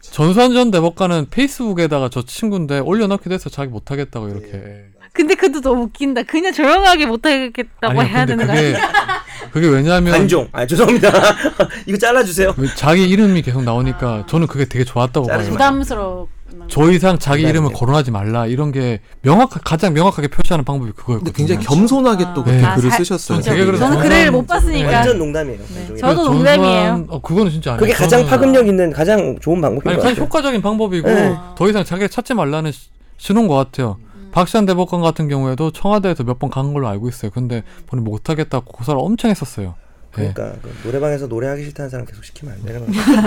Speaker 1: 전수환 전 대법관은 페이스북에다가 저 친구인데 올려놓기도 해서 자기 못하겠다고 이렇게
Speaker 2: 예.
Speaker 4: 근데 그도 너무 웃긴다. 그냥 조용하게 못하겠다고
Speaker 1: 아니요,
Speaker 4: 해야
Speaker 1: 근데
Speaker 4: 되는 거
Speaker 1: 그게
Speaker 4: 아니야?
Speaker 1: 그게 왜냐하면
Speaker 2: 관종. 아 죄송합니다. 이거 잘라주세요.
Speaker 1: 왜 자기 이름이 계속 나오니까 저는 그게 되게 좋았다고
Speaker 2: 자르지
Speaker 1: 봐요.
Speaker 2: 마.
Speaker 4: 부담스러워.
Speaker 1: 저 이상 자기
Speaker 2: 네,
Speaker 1: 이름을
Speaker 2: 네.
Speaker 1: 거론하지 말라 이런 게 명확 가장 명확하게 표시하는 방법이 그거였거든요.
Speaker 5: 근데 굉장히 겸손하게 또 그렇게
Speaker 1: 네.
Speaker 5: 글을
Speaker 4: 아, 살-
Speaker 5: 쓰셨어요.
Speaker 1: 되게 네. 그래서
Speaker 4: 저는
Speaker 1: 저는
Speaker 4: 글을 못 봤으니까.
Speaker 2: 완전 농담이에요.
Speaker 4: 네.
Speaker 2: 관종이.
Speaker 4: 저도
Speaker 1: 그러니까
Speaker 4: 농담이에요.
Speaker 1: 전수한- 어, 그거는 진짜 아니에요.
Speaker 2: 그게
Speaker 5: 네,
Speaker 2: 가장
Speaker 1: 저는-
Speaker 2: 파급력 있는 가장 좋은 방법인
Speaker 1: 아니
Speaker 2: 것
Speaker 1: 사실
Speaker 2: 같아요.
Speaker 1: 효과적인 방법이고
Speaker 2: 네.
Speaker 1: 더 이상 자기를 찾지 말라는 시- 신호인 것 같아요.
Speaker 4: 음.
Speaker 1: 박시환 대법관 같은 경우에도 청와대에서 몇 번 간 걸로 알고 있어요. 근데 본인 못하겠다고 고사를 엄청 했었어요. 예.
Speaker 2: 그러니까
Speaker 5: 네.
Speaker 2: 그 노래방에서 노래하기 싫다는 사람 계속 시키면 안 되는 거예요.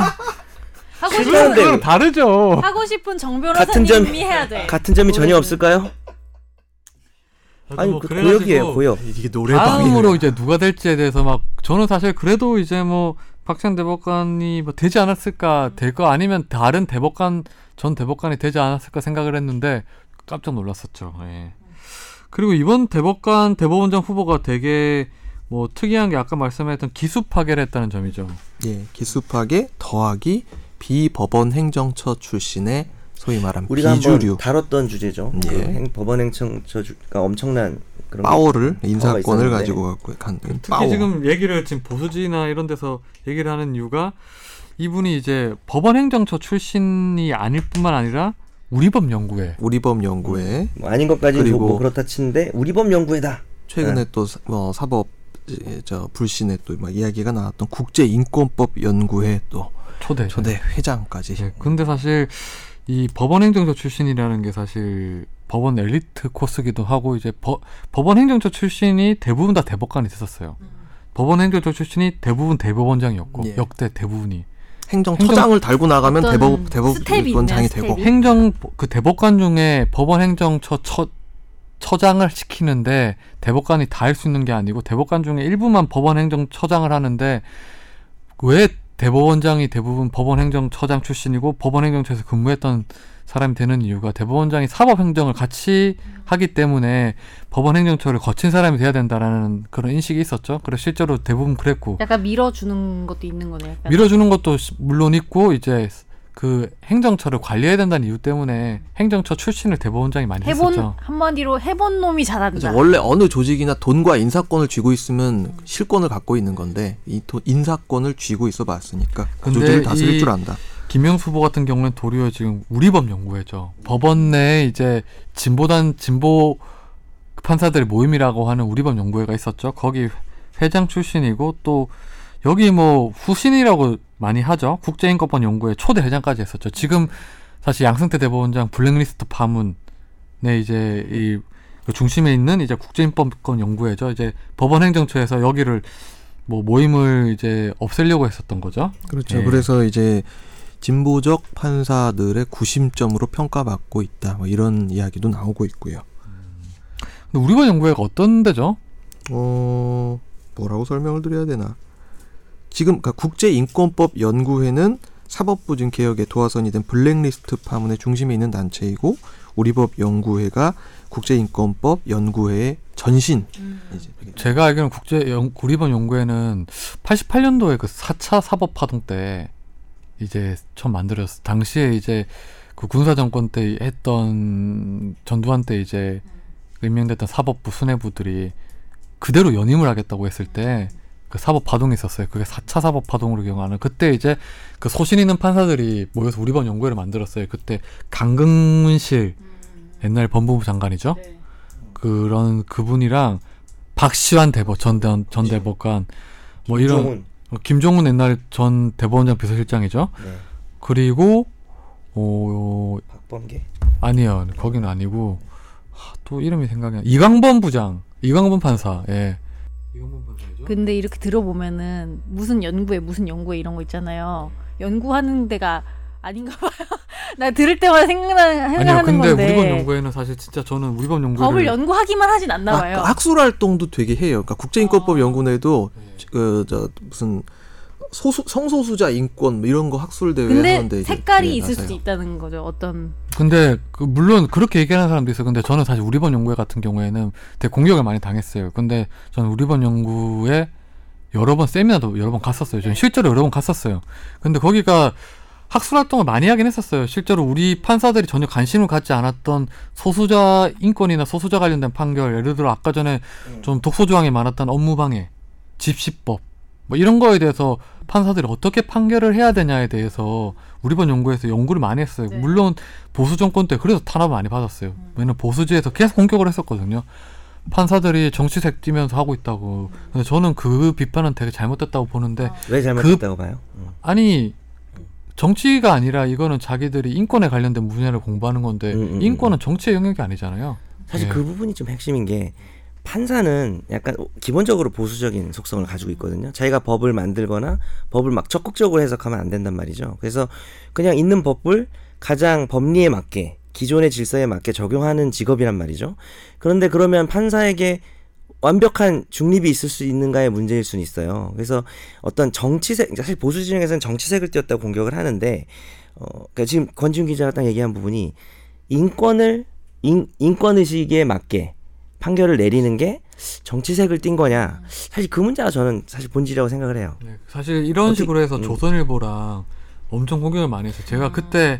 Speaker 4: 하고
Speaker 2: 실패한
Speaker 4: 싶은
Speaker 2: 배우.
Speaker 1: 그건 다르죠.
Speaker 4: 하고 싶은 정
Speaker 2: 같은 점-
Speaker 4: 변호사님이 해야 돼.
Speaker 2: 같은 점이 전혀 없을까요? 아니
Speaker 5: 뭐
Speaker 2: 그 고역이에요 고역.
Speaker 3: 이게
Speaker 1: 다음으로
Speaker 3: 노래방으로
Speaker 1: 이제 누가 될지에 대해서 막 저는 사실 그래도 이제 뭐 박찬 대법관이 뭐 되지 않았을까 될 거 아니면 다른 대법관 전 대법관이 되지 않았을까 생각을 했는데 깜짝 놀랐었죠. 예. 그리고 이번 대법관 대법원장 후보가 되게 뭐 특이한 게 아까 말씀했던 기수 파괴를 했다는 점이죠.
Speaker 5: 예, 기수파계 더하기 비법원 행정처 출신의 소위 말하면
Speaker 2: 우리가
Speaker 5: 비주류
Speaker 2: 한번 다뤘던 주제죠.
Speaker 5: 예.
Speaker 2: 그 행- 법원 행청 저주가 그러니까 엄청난 그런
Speaker 5: 파워를
Speaker 2: 음, 파워가
Speaker 5: 인사권을
Speaker 2: 있었는데.
Speaker 5: 가지고 갖고 간 음,
Speaker 1: 특히
Speaker 5: 파워.
Speaker 1: 지금 얘기를 지금 보수지나 이런 데서 얘기를 하는 이유가 이분이 이제 법원 행정처 출신이 아닐 뿐만 아니라 우리법 연구회
Speaker 5: 우리법 연구에
Speaker 2: 뭐 아닌 것까지
Speaker 5: 그리고-
Speaker 2: 뭐 그렇다 치는데 우리 법 연구에다.
Speaker 5: 최근에 또 사- 어, 사법 이제 저 불신에 또 막 이야기가 나왔던 국제 인권법 연구회 또
Speaker 1: 초대
Speaker 5: 초대 회장까지
Speaker 1: 예, 근데 사실 이 법원 행정처 출신이라는 게 사실 법원 엘리트 코스기도 하고 이제 버- 법원 행정처 출신이 대부분 다 대법관이 됐었어요. 법원 행정처 출신이 대부분 대법원장이었고
Speaker 5: 예.
Speaker 1: 역대 대부분이
Speaker 5: 행정처장을 달고 나가면
Speaker 4: 어떤
Speaker 5: 대법
Speaker 4: 스텝이
Speaker 5: 대법원장이
Speaker 4: 있나요,
Speaker 5: 되고
Speaker 4: 스텝이?
Speaker 1: 행정 그 대법관 중에 법원 행정처 처, 처장을 시키는데 대법관이 다 할 수 있는 게 아니고 대법관 중에 일부만 법원 행정처장을 하는데 왜 대법원장이 대부분 법원 행정처장 출신이고 법원 행정처에서 근무했던 사람이 되는 이유가 대법원장이 사법 행정을 같이 하기 때문에 법원 행정처를 거친 사람이 돼야 된다라는 그런 인식이 있었죠. 그래서 실제로 대부분 그랬고
Speaker 4: 약간 밀어주는 것도 있는 거네. 약간.
Speaker 1: 밀어주는 것도 시- 물론 있고 이제 그 행정처를 관리해야 된다는 이유 때문에 행정처 출신을 대법원장이 많이
Speaker 4: 해본
Speaker 1: 했었죠.
Speaker 4: 한마디로 해본 놈이
Speaker 5: 그래서
Speaker 4: 잘한다.
Speaker 5: 원래 어느 조직이나 돈과 인사권을 쥐고 있으면 실권을 갖고 있는 건데 이 돈- 인사권을 쥐고 있어 봤으니까 그
Speaker 1: 근데
Speaker 5: 조직을 다스릴
Speaker 1: 이-
Speaker 5: 줄 안다.
Speaker 1: 김영수 후보 같은 경우는 도리어 지금 우리법 연구회죠. 법원 내에 이제 진보단 진보 판사들의 모임이라고 하는 우리법 연구회가 있었죠. 거기 회장 출신이고 또 여기 뭐 후신이라고 많이 하죠. 국제인권법 연구회 초대 회장까지 했었죠. 지금 사실 양승태 대법원장 블랙리스트 파문의 이제 이그 중심에 있는 이제 국제인권법 연구회죠. 이제 법원 행정처에서 여기를 뭐 모임을 이제 없애려고 했었던 거죠.
Speaker 5: 그렇죠.
Speaker 1: 예.
Speaker 5: 그래서 이제 진보적 판사들의 구심점으로 평가받고 있다. 뭐 이런 이야기도 나오고 있고요.
Speaker 1: 근데 우리 반 연구회가 어떤 데죠?
Speaker 5: 어 뭐라고 설명을 드려야 되나? 지금 그러니까 국제인권법 연구회는 사법부 지금 개혁의 도화선이 된 블랙리스트 파문의 중심에 있는 단체이고 우리법 연구회가 국제인권법 연구회의 전신. 이제
Speaker 1: 제가 알기로는 국제 연, 우리번 연구회는 88년도에 그 4차 사법 파동 때 이제 처음 만들었어. 당시에 이제 그 군사 정권 때 했던 전두환 때 이제 임명됐던 사법부 수뇌부들이 그대로 연임을 하겠다고 했을 때 그 사법 파동이 있었어요. 그게 4차 사법 파동으로 기억하는 그때 이제 그 소신 있는 판사들이 모여서 우리번 연구회를 만들었어요. 그때 강금실 옛날 법무부 장관이죠.
Speaker 4: 네.
Speaker 1: 그런 그분이랑 박시환 대법 전, 대- 전 대법관 뭐 이런
Speaker 2: 네. 김종훈.
Speaker 1: 어, 김종훈 옛날 전 대법원장 비서실장이죠.
Speaker 2: 네.
Speaker 1: 그리고 어
Speaker 2: 박범계.
Speaker 1: 아니요 거기는 아니고 하, 또 이름이 생각이 안 이광범 부장 이광범 판사 예 이광범 판사죠.
Speaker 4: 근데 이렇게 들어보면은 무슨 연구에 무슨 연구에 이런 거 있잖아요. 연구하는 데가 아닌가 봐요. 나 들을 때마다 생각나,
Speaker 1: 아니요
Speaker 4: 그 생각하는
Speaker 1: 근데
Speaker 4: 건데
Speaker 1: 우리법 연구회는 사실 진짜 저는 우리법 연구회를
Speaker 4: 법을 연구하기만 하진 않나
Speaker 5: 아,
Speaker 4: 봐요.
Speaker 5: 그 학술 활동도 되게 해요. 그러니까 국제인권법
Speaker 4: 어.
Speaker 5: 연구회도
Speaker 2: 네.
Speaker 1: 예.
Speaker 5: 그저 무슨 소수 성소수자 인권 뭐 이런 거 학술 대회 하는데
Speaker 4: 근데
Speaker 5: 이제 네,
Speaker 4: 색깔이
Speaker 5: 그게
Speaker 4: 있을
Speaker 5: 나서요.
Speaker 4: 수 있다는 거죠. 어떤
Speaker 1: 근데 그 물론 그렇게 얘기하는 사람도 있어요. 근데 저는 사실 우리번 연구회 같은 경우에는 되게 공격을 많이 당했어요. 근데 저는 우리번 연구회 여러 번 세미나도 여러 번 갔었어요. 저는 실제로 여러 번 갔었어요. 근데 거기가 학술 활동을 많이 하긴 했었어요. 실제로 우리 판사들이 전혀 관심을 갖지 않았던 소수자 인권이나 소수자 관련된 판결, 예를 들어 아까 전에 좀 독소 조항이 많았던 업무방해, 집시법 뭐 이런 거에 대해서 판사들이 어떻게 판결을 해야 되냐에 대해서 우리번 연구에서 연구를 많이 했어요.
Speaker 4: 네.
Speaker 1: 물론 보수 정권 때 그래서 탄압을 많이 받았어요. 왜냐면 보수지에서 계속 공격을 했었거든요. 판사들이 정치색 띠면서 하고 있다고. 근데 저는 그 비판은 되게 잘못됐다고 보는데
Speaker 2: 왜 잘못했다고 봐요? 음.
Speaker 1: 아니 정치가 아니라 이거는 자기들이 인권에 관련된 분야를 공부하는 건데
Speaker 2: 음, 음,
Speaker 1: 인권은 정치의 영역이 아니잖아요.
Speaker 2: 사실
Speaker 1: 예.
Speaker 2: 그 부분이 좀 핵심인 게 판사는 약간 기본적으로 보수적인 속성을 가지고 있거든요. 자기가 법을 만들거나 법을 막 적극적으로 해석하면 안 된단 말이죠. 그래서 그냥 있는 법을 가장 법리에 맞게 기존의 질서에 맞게 적용하는 직업이란 말이죠. 그런데 그러면 판사에게 완벽한 중립이 있을 수 있는가의 문제일 수는 있어요. 그래서 어떤 정치색, 그러니까 사실 보수 진영에서는 정치색을 띄었다고 공격을 하는데, 어, 그러니까 지금 권지훈 기자가 딱 얘기한 부분이 인권을 인, 인권 의식에 맞게 판결을 내리는 게 정치색을 띈 거냐? 사실 그 문제가 저는 사실 본질이라고 생각을 해요.
Speaker 1: 네, 사실 이런
Speaker 2: 어디-
Speaker 1: 식으로 해서
Speaker 2: 음.
Speaker 1: 조선일보랑 엄청 공격을 많이 했어요. 제가 그때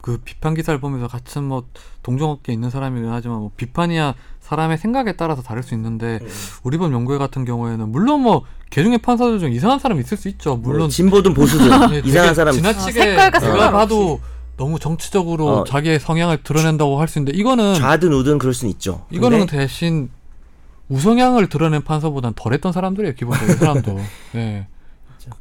Speaker 1: 그 비판 기사를 보면서 같은 뭐 동종업계에 있는 사람이긴 하지만 뭐 비판이야 사람의 생각에 따라서 다를 수 있는데
Speaker 2: 음,
Speaker 1: 우리 법 연구회 같은 경우에는 물론 뭐 개중에 판사들 중 이상한 사람이 있을 수 있죠. 물론
Speaker 2: 뭐 진보든 보수든
Speaker 1: 네,
Speaker 2: 이상한
Speaker 1: 되게
Speaker 2: 사람
Speaker 1: 지나치게
Speaker 4: 아, 색깔과
Speaker 1: 내가
Speaker 4: 상관없이.
Speaker 1: 봐도 너무 정치적으로
Speaker 2: 어.
Speaker 1: 자기의 성향을 드러낸다고 할 수 있는데 이거는
Speaker 2: 좌든 우든 그럴 수는 있죠.
Speaker 1: 이거는
Speaker 2: 근데
Speaker 1: 대신 우성향을 드러낸 판사보단 덜했던 사람들이에요 기본적으로 이 사람도 네.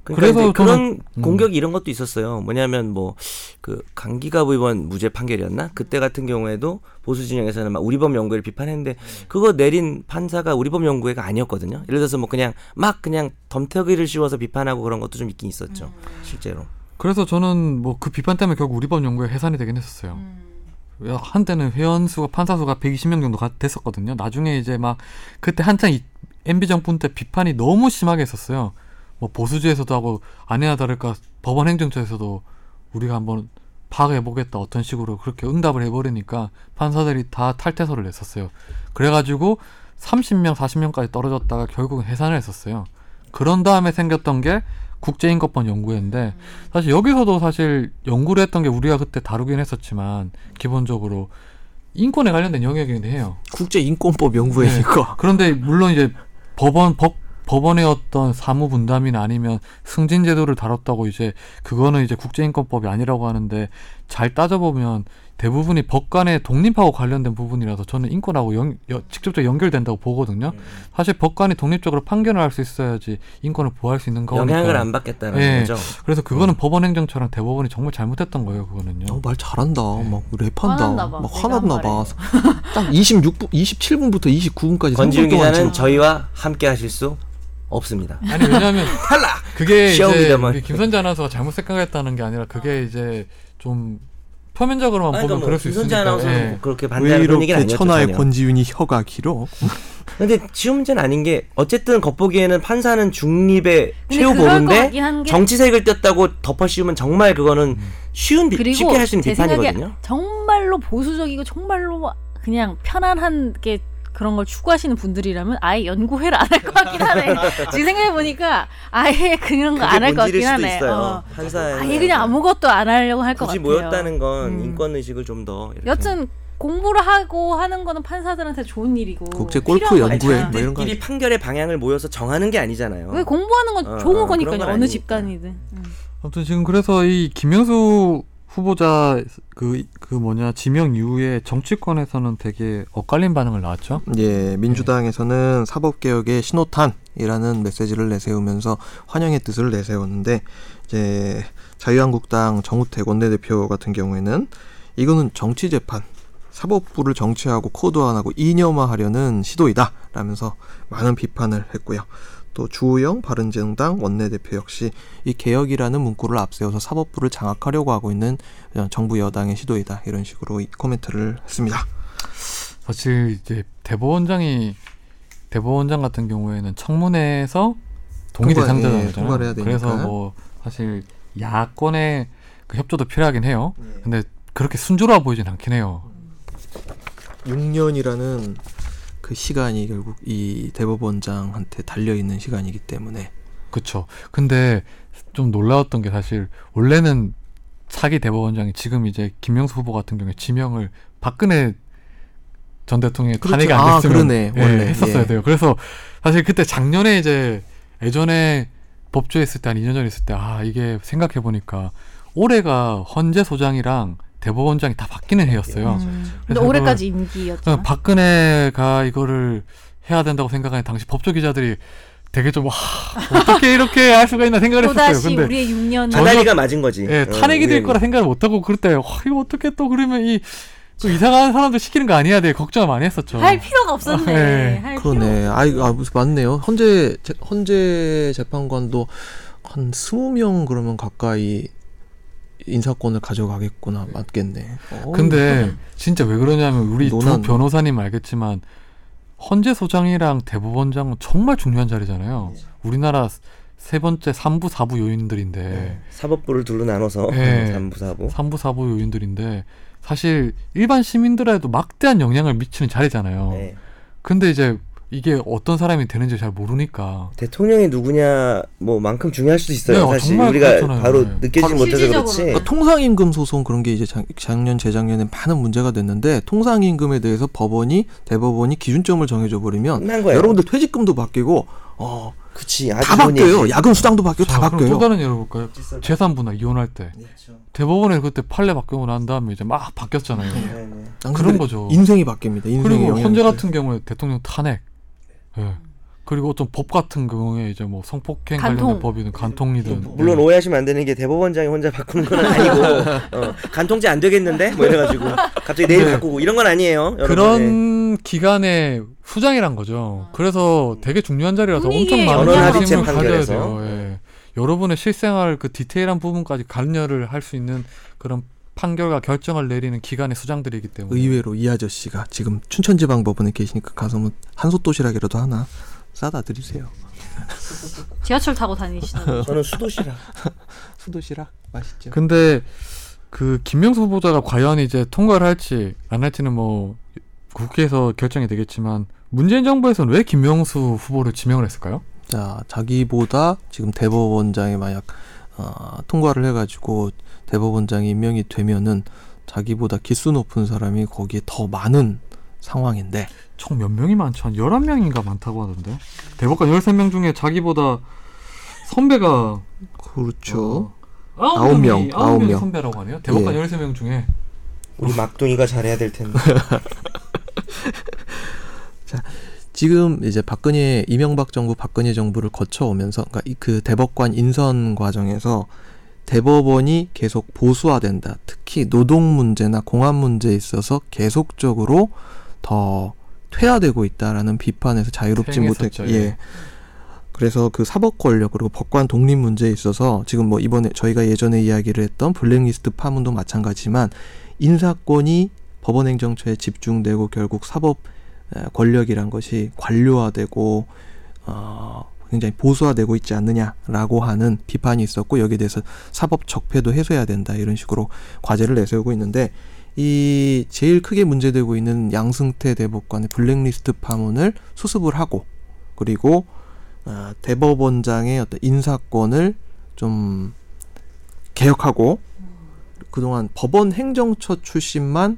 Speaker 2: 그러니까
Speaker 1: 그래서
Speaker 2: 이제 그런
Speaker 1: 음.
Speaker 2: 공격 이런 것도 있었어요. 뭐냐면 뭐 그 강기갑 의원 무죄 판결이었나? 그때 같은 경우에도 보수 진영에서는 막 우리법 연구회를 비판했는데 그거 내린 판사가 우리법 연구회가 아니었거든요. 예를 들어서 뭐 그냥 막 그냥 덤터기를 씌워서 비판하고 그런 것도 좀 있긴 있었죠. 실제로.
Speaker 1: 그래서 저는 뭐 그 비판 때문에 결국 우리법 연구회 해산이 되긴 했었어요. 한때는 회원 수가 판사 수가 120명 정도 가- 됐었거든요. 나중에 이제 막 그때 한창 이- MB 정부 때 비판이 너무 심하게 했었어요. 뭐 보수주에서도 하고 아니나 다를까 법원 행정처에서도 우리가 한번 파악해 보겠다 어떤 식으로 그렇게 응답을 해버리니까 판사들이 다 탈퇴서를 냈었어요. 그래가지고 30명 40명까지 떨어졌다가 결국은 해산을 했었어요. 그런 다음에 생겼던 게 국제인권법 연구회인데 사실 여기서도 사실 연구를 했던 게 우리가 그때 다루긴 했었지만 기본적으로 인권에 관련된 영역이긴 해요.
Speaker 2: 네. 아,
Speaker 5: 국제인권법 연구회니까.
Speaker 1: 그런데 물론 이제 법원 법 법원의 어떤 사무 분담이나 아니면 승진 제도를 다뤘다고 이제 그거는 이제 국제인권법이 아니라고 하는데 잘 따져보면 대부분이 법관의 독립하고 관련된 부분이라서 저는 인권하고 연- 여- 직접적으로 연결된다고 보거든요.
Speaker 2: 음.
Speaker 1: 사실 법관이 독립적으로 판결을 할 수 있어야지 인권을 보호할 수 있는 거니까.
Speaker 2: 영향을 안 음. 받겠다는
Speaker 1: 예.
Speaker 2: 거죠.
Speaker 1: 그래서 그거는 법원 행정처랑 대법원이 정말 잘못했던 거예요, 그거는요.
Speaker 5: 어, 말 잘한다.
Speaker 2: 네.
Speaker 5: 막
Speaker 4: 화났나
Speaker 5: 랩한다.
Speaker 4: 봐.
Speaker 5: 막
Speaker 4: 내가
Speaker 5: 화났나
Speaker 4: 한
Speaker 5: 봐. 딱 26분, 27분부터 29분까지
Speaker 2: 권지윤
Speaker 5: 3분 동안 지금
Speaker 2: 기자는 저희와 함께 하실 수 없습니다.
Speaker 1: 아니 왜냐하면
Speaker 2: 탈락.
Speaker 1: 그게 이제
Speaker 2: 시험이다만.
Speaker 1: 우리 김선재 아나운서가 잘못 생각했다는 게 아니라 그게 이제 좀 표면적으로만
Speaker 2: 아니,
Speaker 1: 보면
Speaker 2: 뭐
Speaker 1: 그럴 수
Speaker 2: 김선재
Speaker 1: 있으니까.
Speaker 2: 아나운서는
Speaker 1: 예.
Speaker 2: 뭐 그렇게
Speaker 5: 왜
Speaker 2: 반대하는 그런 얘기는
Speaker 5: 이렇게
Speaker 2: 아니었죠.
Speaker 5: 천하의
Speaker 2: 전혀.
Speaker 5: 권지윤이 혀가 길어?
Speaker 2: 근데 쉬운 문제는 아닌 게 어쨌든 겉보기에는 판사는 중립의
Speaker 4: 근데
Speaker 2: 최후
Speaker 4: 그럴 거 같긴
Speaker 2: 보는데
Speaker 4: 한 게-
Speaker 2: 정치색을 뗐다고 덮어 씌우면 정말 그거는 쉬운 비- 쉽게 할 수 있는
Speaker 4: 제 생각에
Speaker 2: 비판이거든요.
Speaker 4: 정말로 보수적이고 정말로 그냥 편안한 게 그런 걸 추구하시는 분들이라면 아예 연구회를 안 할 것 같긴 하네. 지금 생각해 보니까 아예 그런 거 안 할 것 같긴 하네. 어.
Speaker 2: 판사
Speaker 4: 아예 그냥 아무것도 안 하려고 할 것
Speaker 2: 네, 굳이
Speaker 4: 같아요.
Speaker 2: 모였다는 건
Speaker 4: 음.
Speaker 2: 인권 의식을 좀 더
Speaker 4: 여튼 공부를 하고 하는 거는 판사들한테 좋은 일이고
Speaker 5: 국제 골프
Speaker 4: 필요한
Speaker 5: 연구회
Speaker 4: 거잖아.
Speaker 5: 뭐 이런 거
Speaker 2: 끼리 판결의 방향을 모여서 정하는 게 아니잖아요.
Speaker 4: 왜 공부하는 건
Speaker 2: 어,
Speaker 4: 좋은
Speaker 2: 어, 그런
Speaker 4: 거니까요.
Speaker 2: 건
Speaker 4: 어느
Speaker 2: 아니니까.
Speaker 4: 집단이든. 음.
Speaker 1: 아무튼 지금 그래서 이 김영수 후보자 그, 그 뭐냐 지명 이후에 정치권에서는 되게 엇갈린 반응을 나왔죠.
Speaker 5: 예,
Speaker 3: 민주당에서는 사법개혁의 신호탄이라는 메시지를 내세우면서 환영의 뜻을 내세웠는데 이제 자유한국당 정우택 원내대표 같은 경우에는 이거는 정치재판 사법부를 정치하고 코드화하고 이념화하려는 시도이다라면서 많은 비판을 했고요. 또 주호영 바른정당 원내대표 역시
Speaker 5: 이 개혁이라는 문구를 앞세워서 사법부를 장악하려고 하고 있는 그냥 정부 여당의 시도이다 이런 식으로 이 코멘트를 했습니다.
Speaker 1: 사실 이제 대법원장이 대법원장 같은 경우에는 청문회에서 동의
Speaker 5: 통과,
Speaker 1: 대상자잖아요.
Speaker 5: 예, 통과를 해야
Speaker 1: 그래서
Speaker 5: 되니까.
Speaker 1: 뭐 사실 야권의 그 협조도 필요하긴 해요.
Speaker 2: 예.
Speaker 1: 근데 그렇게 순조로워 보이진 않긴 해요.
Speaker 5: 6년이라는 그 시간이 결국 이 대법원장한테 달려 있는 시간이기 때문에
Speaker 1: 그쵸. 근데 좀 놀라웠던 게 사실 원래는 차기 대법원장이 지금 이제 김명수 후보 같은 경우에 지명을 박근혜 전 대통령의
Speaker 5: 그렇죠.
Speaker 1: 탄핵이 안
Speaker 5: 아,
Speaker 1: 됐으면
Speaker 5: 그러네.
Speaker 1: 예,
Speaker 5: 원래.
Speaker 1: 했었어야
Speaker 5: 예.
Speaker 1: 돼요. 그래서 사실 그때 작년에 이제 예전에 법조에 있을 때 한 2년 전에 있을 때 아 이게 생각해 보니까 올해가 헌재 소장이랑 대법원장이 다 바뀌는 해였어요.
Speaker 4: 음. 근데
Speaker 1: 그래서
Speaker 4: 올해까지
Speaker 1: 그러니까
Speaker 4: 임기였잖아.
Speaker 1: 박근혜가 이거를 해야 된다고 생각하는 당시 법조 기자들이 되게 좀 와, 어떻게 이렇게 할 수가 있나 생각을 했었어요.
Speaker 4: 또다시
Speaker 1: 근데
Speaker 4: 우리의 6년
Speaker 1: 전혀-
Speaker 2: 음. 다다리가 맞은 거지.
Speaker 1: 예,
Speaker 2: 어,
Speaker 1: 탄핵이 될
Speaker 2: 우연히.
Speaker 1: 거라 생각을 못 하고 그럴 때 와, 이거 어떻게 또 그러면 이 또 이상한 사람들 시키는 거 아니야? 되게 걱정을 많이 했었죠.
Speaker 4: 할 필요가 없었네.
Speaker 1: 아, 네.
Speaker 4: 할 필요.
Speaker 5: 그러네. 아이 아 무슨 맞네요. 헌재 재- 헌재 재판관도 한 20명 그러면 가까이 인사권을 가져가겠구나. 맞겠네. 어,
Speaker 1: 근데 진짜 왜 그러냐면 우리 두
Speaker 5: 논한-
Speaker 1: 변호사님 알겠지만 헌재 소장이랑 대법원장은 정말 중요한 자리잖아요.
Speaker 2: 네.
Speaker 1: 우리나라 세 번째 삼부사부 요인들인데
Speaker 2: 네. 사법부를 둘로 나눠서 음,
Speaker 1: 예.
Speaker 2: 삼부사부.
Speaker 1: 삼부사부 요인들인데 사실 일반 시민들에도 막대한 영향을 미치는 자리잖아요.
Speaker 5: 네.
Speaker 2: 예.
Speaker 1: 근데 이제 이게 어떤 사람이 되는지 잘 모르니까
Speaker 2: 대통령이 누구냐 뭐만큼 중요할 수도 있어요.
Speaker 1: 네,
Speaker 2: 사실
Speaker 1: 정말
Speaker 2: 우리가
Speaker 1: 그렇잖아요.
Speaker 2: 바로
Speaker 1: 네.
Speaker 2: 느끼지
Speaker 4: 바로
Speaker 2: 못해서
Speaker 4: 실질적으로.
Speaker 2: 그렇지.
Speaker 4: 그러니까
Speaker 5: 통상임금 소송 그런 게 이제 작- 작년 재작년에 많은 문제가 됐는데 통상임금에 대해서 법원이 대법원이 기준점을 정해줘 버리면
Speaker 2: 끝난 거예요.
Speaker 5: 여러분들 퇴직금도 바뀌고 어,
Speaker 2: 그치. 네. 아주
Speaker 5: 다
Speaker 2: 좋은
Speaker 5: 바뀌어요.
Speaker 2: 얘기.
Speaker 5: 야근 수당도 바뀌고 다
Speaker 1: 자, 그럼
Speaker 5: 바뀌어요.
Speaker 1: 또 다른 예로 볼까요? 재산분할 이혼할 때 대법원에 그때 판례 바뀌고 난 다음에 이제 막 바뀌었잖아요.
Speaker 2: 네, 네.
Speaker 1: 그런
Speaker 5: 안 그래도
Speaker 1: 거죠.
Speaker 5: 인생이 바뀝니다. 인생이
Speaker 1: 어. 그리고
Speaker 5: 영향을
Speaker 1: 헌재
Speaker 5: 줘요.
Speaker 1: 같은 경우에 대통령 탄핵, 예. 그리고 어떤 법 같은 경우에 이제 뭐 성폭행 관련된
Speaker 4: 간통.
Speaker 1: 법이든 간통이든
Speaker 5: 뭐,
Speaker 2: 물론
Speaker 1: 예.
Speaker 2: 오해하시면 안 되는 게 대법원장이 혼자 바꾸는 건 아니고 어, 간통죄 안 되겠는데 뭐 이래가지고 갑자기 내일
Speaker 1: 네.
Speaker 2: 바꾸고 이런 건 아니에요. 여러분. 네.
Speaker 1: 그런 기간에 수장이란 거죠. 그래서 되게 중요한 자리라서 엄청
Speaker 4: 아, 음. 분위기에
Speaker 1: 많은
Speaker 4: 영향을
Speaker 1: 관심을
Speaker 2: 미치는
Speaker 1: 가져야
Speaker 2: 판결에서.
Speaker 1: 돼요. 예. 여러분의 실생활 그 디테일한 부분까지 관여를 할 수 있는 그런 판결과 결정을 내리는 기관의 수장들이기 때문에
Speaker 5: 의외로 이 아저씨가 지금 춘천지방법원에 계시니까 가서 뭐 한솥도시락이라도 하나 싸다 드리세요.
Speaker 4: 지하철 타고 다니시던
Speaker 2: 저는 수도시라.
Speaker 5: 수도시락 맛있죠.
Speaker 1: 근데 그 김명수 후보자가 과연 이제 통과를 할지 안 할지는 뭐 국회에서 결정이 되겠지만 문재인 정부에서는 왜 김명수 후보를 지명을 했을까요?
Speaker 5: 자 자기보다 지금 대법원장이 만약 어, 통과를 해가지고 대법원장이 임명이 되면은 자기보다 기수 높은 사람이 거기에 더 많은 상황인데
Speaker 1: 총 몇 명이 많죠? 한 11명인가 많다고 하던데. 대법관 13명 중에 자기보다 선배가
Speaker 5: 그렇죠.
Speaker 1: 어, 아홉
Speaker 5: 아홉
Speaker 1: 명이-
Speaker 5: 명,
Speaker 1: 아홉
Speaker 5: 아홉
Speaker 1: 명이
Speaker 5: 명.
Speaker 1: 선배라고 하네요. 대법관
Speaker 5: 예.
Speaker 1: 13명 중에
Speaker 2: 우리 막둥이가 잘해야 될 텐데.
Speaker 5: 지금 이제 박근혜 이명박 정부 박근혜 정부를 거쳐오면서 그러니까 이- 그 대법관 인선 과정에서 대법원이 계속 보수화된다. 특히 노동 문제나 공안 문제에 있어서 계속적으로 더 퇴화되고 있다라는 비판에서 자유롭지 못했
Speaker 1: 퇴행했었죠, 예.
Speaker 5: 예. 그래서 그 사법 권력 그리고 법관 독립 문제에 있어서 지금 뭐 이번에 저희가 예전에 이야기를 했던 블랙리스트 파문도 마찬가지지만 인사권이 법원 행정처에 집중되고 결국 사법 에, 권력이란 것이 관료화되고 어, 굉장히 보수화되고 있지 않느냐라고 하는 비판이 있었고 여기에 대해서 사법 적폐도 해소해야 된다 이런 식으로 과제를 내세우고 있는데 이 제일 크게 문제되고 있는 양승태 대법관의 블랙리스트 파문을 수습을 하고 그리고 어, 대법원장의 어떤 인사권을 좀 개혁하고 그동안 법원 행정처 출신만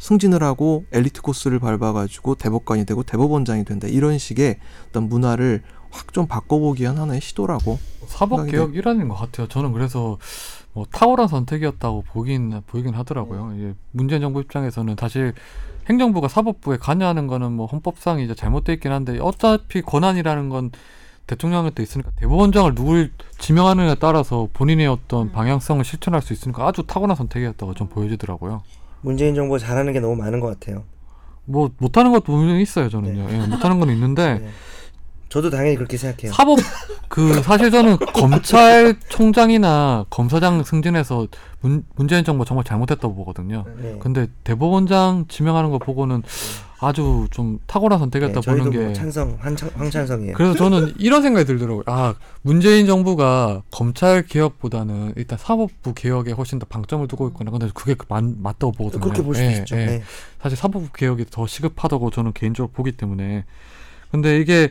Speaker 5: 승진을 하고 엘리트 코스를 밟아가지고 대법관이 되고 대법원장이 된다 이런 식의 어떤 문화를 확 좀 바꿔보기 위한 하나의 시도라고
Speaker 1: 사법 개혁 일환인 것 같아요. 저는 그래서 뭐 탁월한 선택이었다고 보긴 보이긴 하더라고요. 이제 문재인 정부 입장에서는 사실 행정부가 사법부에 관여하는 거는 뭐 헌법상 이제 잘못돼 있긴 한데 어차피 권한이라는 건 대통령한테 있으니까 대법원장을 누굴 지명하느냐에 따라서 본인의 어떤
Speaker 4: 음.
Speaker 1: 방향성을 실천할 수 있으니까 아주 탁월한 선택이었다고 좀 보여지더라고요.
Speaker 2: 문재인 정부 잘하는 게 너무 많은 것 같아요.
Speaker 1: 뭐 못하는 것도 분명히 있어요 저는요. 예, 못하는 건 있는데
Speaker 2: 네. 저도 당연히 그렇게 생각해요.
Speaker 1: 사법 그 사실 저는 검찰총장이나 검사장 승진해서 문, 문재인 정부 정말 잘못했다고 보거든요.
Speaker 2: 네.
Speaker 1: 근데 대법원장 지명하는 거 보고는 아주 좀 탁월한
Speaker 2: 네,
Speaker 1: 선택이었다 보는
Speaker 2: 저희도
Speaker 1: 게
Speaker 2: 뭐 찬성 예. 황찬, 황찬성이에요.
Speaker 1: 그래서 저는 이런 생각이 들더라고요. 아 문재인 정부가 검찰 개혁보다는 일단 사법부 개혁에 훨씬 더 방점을 두고 있구나. 근데 그게 그 만- 맞다고 보거든요.
Speaker 2: 그렇게 볼 수도
Speaker 1: 예,
Speaker 2: 있죠.
Speaker 1: 예.
Speaker 2: 네.
Speaker 1: 사실 사법부 개혁이 더 시급하다고 저는 개인적으로 보기 때문에 근데 이게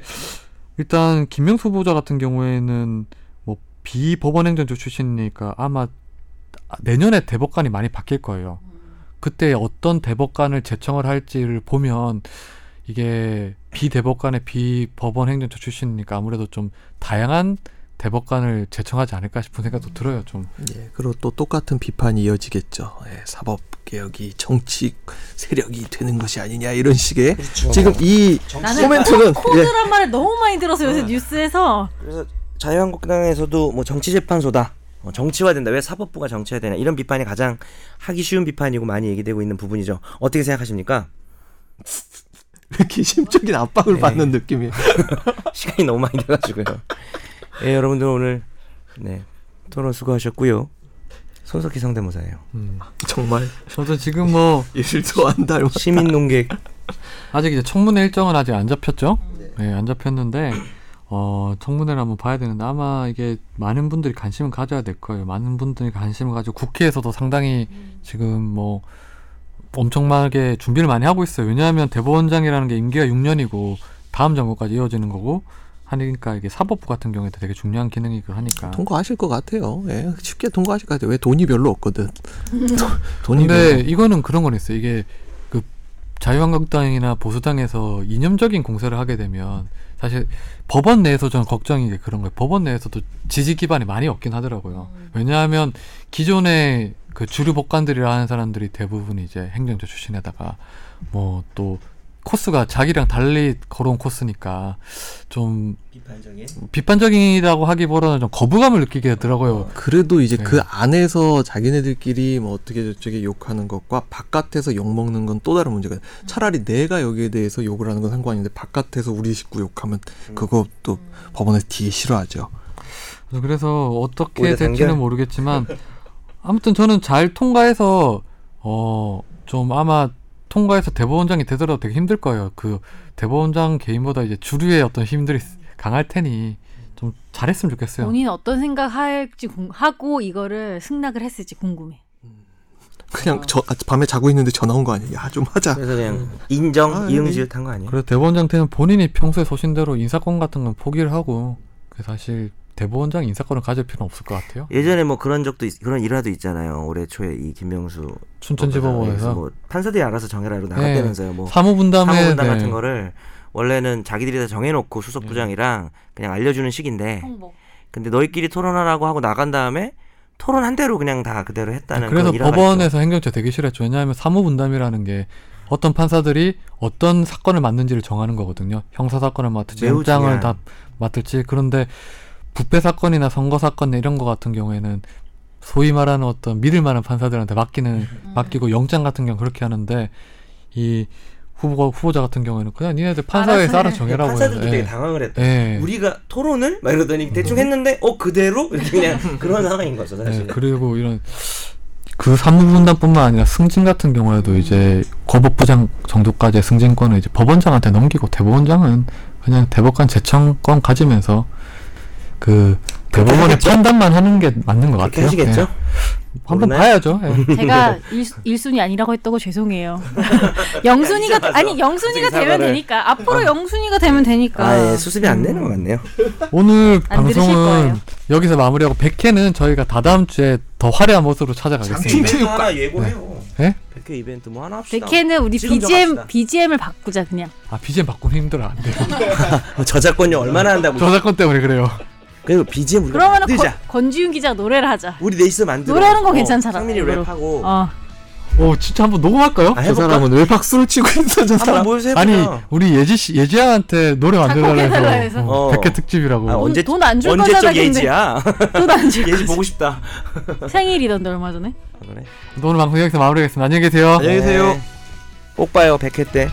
Speaker 1: 일단 김명수 후보자 같은 경우에는 뭐 비법원행정처 출신이니까 아마 내년에 대법관이 많이 바뀔 거예요. 그때 어떤 대법관을 제청을 할지를 보면 이게 비대법관의 비법원행정처 출신이니까 아무래도 좀 다양한 대법관을 제청하지 않을까 싶은 생각도 들어요. 좀
Speaker 5: 예, 그리고 또 똑같은 비판이 이어지겠죠. 예, 사법 개혁이 정치 세력이 되는 것이 아니냐 이런 식의
Speaker 2: 그렇죠.
Speaker 5: 지금 이
Speaker 4: 나는
Speaker 5: 코멘트는 예,
Speaker 4: 코드란 말을 너무 많이 들어서 요새 뉴스에서
Speaker 2: 그래서 자유한국당에서도 뭐 정치재판소다. 어, 정치화된다. 왜 사법부가 정치화되냐. 이런 비판이 가장 하기 쉬운 비판이고 많이 얘기되고 있는 부분이죠. 어떻게 생각하십니까?
Speaker 5: 이렇게 심적인
Speaker 2: 네.
Speaker 5: 압박을 받는 느낌이
Speaker 2: 시간이 너무 많이 돼가지고요. 예, 여러분들 오늘 네 토론 수고하셨고요. 손석희 성대모사예요.
Speaker 5: 정말
Speaker 1: 저도 지금 뭐
Speaker 5: 일도 안 닮아.
Speaker 2: 시민 농객
Speaker 1: 아직 이제 청문회 일정은 아직 안 잡혔죠? 네, 안 잡혔는데 어, 청문회를 한번 봐야 되는데 아마 이게 많은 분들이 관심을 가져야 될 거예요. 많은 분들이 관심을 가지고 국회에서도 상당히 지금 뭐 엄청나게 준비를 많이 하고 있어요. 왜냐하면 대법원장이라는 게 임기가 6년이고 다음 정부까지 이어지는 거고 하니까 이게 사법부 같은 경우에도 되게 중요한 기능이고 하니까.
Speaker 5: 통과하실 것 같아요. 예, 쉽게 통과하실 것 같아요. 왜 돈이 별로 없거든. 돈, 이
Speaker 1: 근데
Speaker 5: 별로.
Speaker 1: 이거는 그런 건 있어요. 이게 그 자유한국당이나 보수당에서 이념적인 공세를 하게 되면 사실 법원 내에서 저는 걱정이 게 그런 거예요. 법원 내에서도 지지 기반이 많이 없긴 하더라고요. 왜냐하면 기존에 그 주류 법관들이라 하는 사람들이 대부분 이제 행정처 출신에다가 뭐 또 코스가 자기랑 달리 걸어온 코스니까 좀
Speaker 2: 비판적인
Speaker 1: 비판적이라고 하기보다는 좀 거부감을 느끼게 되더라고요.
Speaker 5: 그래도 이제
Speaker 1: 네.
Speaker 5: 그 안에서 자기네들끼리 뭐 어떻게 저쪽에 욕하는 것과 바깥에서 욕 먹는 건 또 다른 문제가 있어요. 차라리 내가 여기에 대해서 욕을 하는 건 상관인데 바깥에서 우리 식구 욕하면 그것도 법원에서 뒤에 싫어하죠.
Speaker 1: 그래서- 그래서 어떻게
Speaker 2: 오히려
Speaker 1: 될지는
Speaker 2: 단결?
Speaker 1: 모르겠지만 아무튼 저는 잘 통과해서 어 좀 아마 통과해서 대법원장이 되더라도 되게 힘들 거예요. 그 대법원장 개인보다 이제 주류의 어떤 힘들이 강할 테니 좀 잘했으면 좋겠어요.
Speaker 4: 본인 어떤 생각할지 궁- 하고 이거를 승낙을 했을지 궁금해.
Speaker 5: 그냥 저 아, 밤에 자고 있는데 전화 온 거 아니야? 야, 좀 하자.
Speaker 2: 그래서 그냥 인정
Speaker 5: 아,
Speaker 2: 이응지읒 한거 아니에요?
Speaker 1: 그래서 대법원장 되면 본인이 평소에 소신대로 인사권 같은 건 포기를 하고 그 사실 대법원장 인사권을 가질 필요는 없을 것 같아요.
Speaker 2: 예전에 뭐 그런 적도 있- 그런 일화도 있잖아요. 올해 초에 이 김명수 법원에서
Speaker 1: 춘천지법원에서
Speaker 2: 뭐 판사들이 알아서 정해라 이러고
Speaker 1: 네.
Speaker 2: 나갔다면서요. 뭐
Speaker 1: 사무분담에
Speaker 2: 사무분담 같은
Speaker 1: 네. 음.
Speaker 2: 거를 원래는 자기들이 다 정해놓고 수석부장이랑 그냥 알려주는 식인데
Speaker 4: 홍보.
Speaker 2: 근데 너희끼리 토론하라고 하고 나간 다음에 토론한 대로 그냥 다 그대로 했다는
Speaker 1: 그래서
Speaker 2: 그런 일화가 있죠.
Speaker 1: 법원에서 행정처 되게 싫었죠. 왜냐하면 사무분담이라는 게 어떤 판사들이 어떤 사건을 맡는지를 정하는 거거든요. 형사 사건을 맡을지,
Speaker 2: 매우
Speaker 1: 영장을
Speaker 2: 중요한.
Speaker 1: 다 맡을지. 그런데 부패 사건이나 선거 사건 이런 거 같은 경우에는 소위 말하는 어떤 믿을 만한 판사들한테 맡기는
Speaker 4: 음.
Speaker 1: 맡기고 영장 같은 경우 그렇게 하는데 이 후보가 후보자 같은 경우에는 그냥 니네들 판사회에서
Speaker 4: 알아서 해.
Speaker 1: 알아 정해라고
Speaker 2: 네, 판사들도
Speaker 1: 해서,
Speaker 2: 되게
Speaker 1: 예.
Speaker 2: 당황을 했다.
Speaker 1: 예.
Speaker 2: 우리가 토론을 막 이러더니 대충 했는데 어 그대로 이렇게 그냥 그런 상황인 거죠
Speaker 1: 음. 네,
Speaker 2: 사실.
Speaker 1: 그리고 이런 그 사무분담뿐만 아니라 승진 같은
Speaker 2: 음.
Speaker 1: 경우에도 이제 거법부장 정도까지의 승진권을 이제 법원장한테 넘기고 대법원장은 그냥 대법관 재청권 가지면서 그 대법원의 판단만 하는 게 맞는 것
Speaker 2: 그렇게
Speaker 1: 같아요.
Speaker 2: 하시겠죠?
Speaker 1: 예, 한번
Speaker 2: 모르나요?
Speaker 1: 봐야죠. 예.
Speaker 2: 네.
Speaker 4: 제가 일, 1순위 아니라고 했다고 죄송해요. 영순이가 아니 영순이가
Speaker 2: 갑자기
Speaker 4: 되면
Speaker 2: 사과를.
Speaker 4: 되니까 앞으로 영순이가 되면 되니까.
Speaker 2: 아, 예, 수습이 안 되는 것 같네요.
Speaker 1: 오늘
Speaker 4: 안 들으실 거예요.
Speaker 1: 방송은 여기서 마무리하고 100회는 저희가 다다음 주에 더 화려한 모습으로 찾아가겠습니다.
Speaker 3: 장충 체육관.
Speaker 2: 하나 예고해요.
Speaker 1: 예?
Speaker 2: 100회 이벤트 뭐 하나 합시다.
Speaker 4: 백회는 네, 우리
Speaker 2: 지금
Speaker 4: BGM
Speaker 2: 정합시다.
Speaker 4: BGM을 바꾸자 그냥.
Speaker 1: 아 BGM 바꾸면 힘들어 안 돼요.
Speaker 2: 아, 저작권료 얼마나 한다고.
Speaker 1: 저작권 때문에 그래요.
Speaker 2: 그리고 BGM 우리가
Speaker 4: 그러면은 권-
Speaker 2: 만들자.
Speaker 4: 건지윤 기자 노래를 하자.
Speaker 2: 우리 넷이서 만들어.
Speaker 4: 노래하는 거 괜찮잖아.
Speaker 2: 상민이
Speaker 4: 이거로.
Speaker 2: 랩하고.
Speaker 4: 어.
Speaker 1: 오 진짜 한번 녹음할까요?
Speaker 2: 아,
Speaker 3: 저
Speaker 2: 해볼까?
Speaker 3: 그 사람은 왜 박수를 치고 있어 저
Speaker 2: 한번
Speaker 3: 사람?
Speaker 2: 모여서 해보자.
Speaker 1: 그 아니 우리 예지 씨 예지양한테 노래
Speaker 4: 작곡해달라
Speaker 1: 만들달라 해서
Speaker 4: 해서.
Speaker 1: 어,
Speaker 2: 어.
Speaker 1: 100회 특집이라고
Speaker 2: 아, 언제
Speaker 4: 돈안줄
Speaker 2: 언제적
Speaker 4: 거잖아, 근데.
Speaker 2: 예지야.
Speaker 4: 또난 지금
Speaker 2: 예지 보고 싶다.
Speaker 4: 생일이던데 얼마 전에.
Speaker 2: 그래.
Speaker 1: 오늘 방송 여기서 마무리하겠습니다 안녕히 계세요
Speaker 3: 안녕히 계세요.
Speaker 2: 네. 꼭 봐요 100회 때.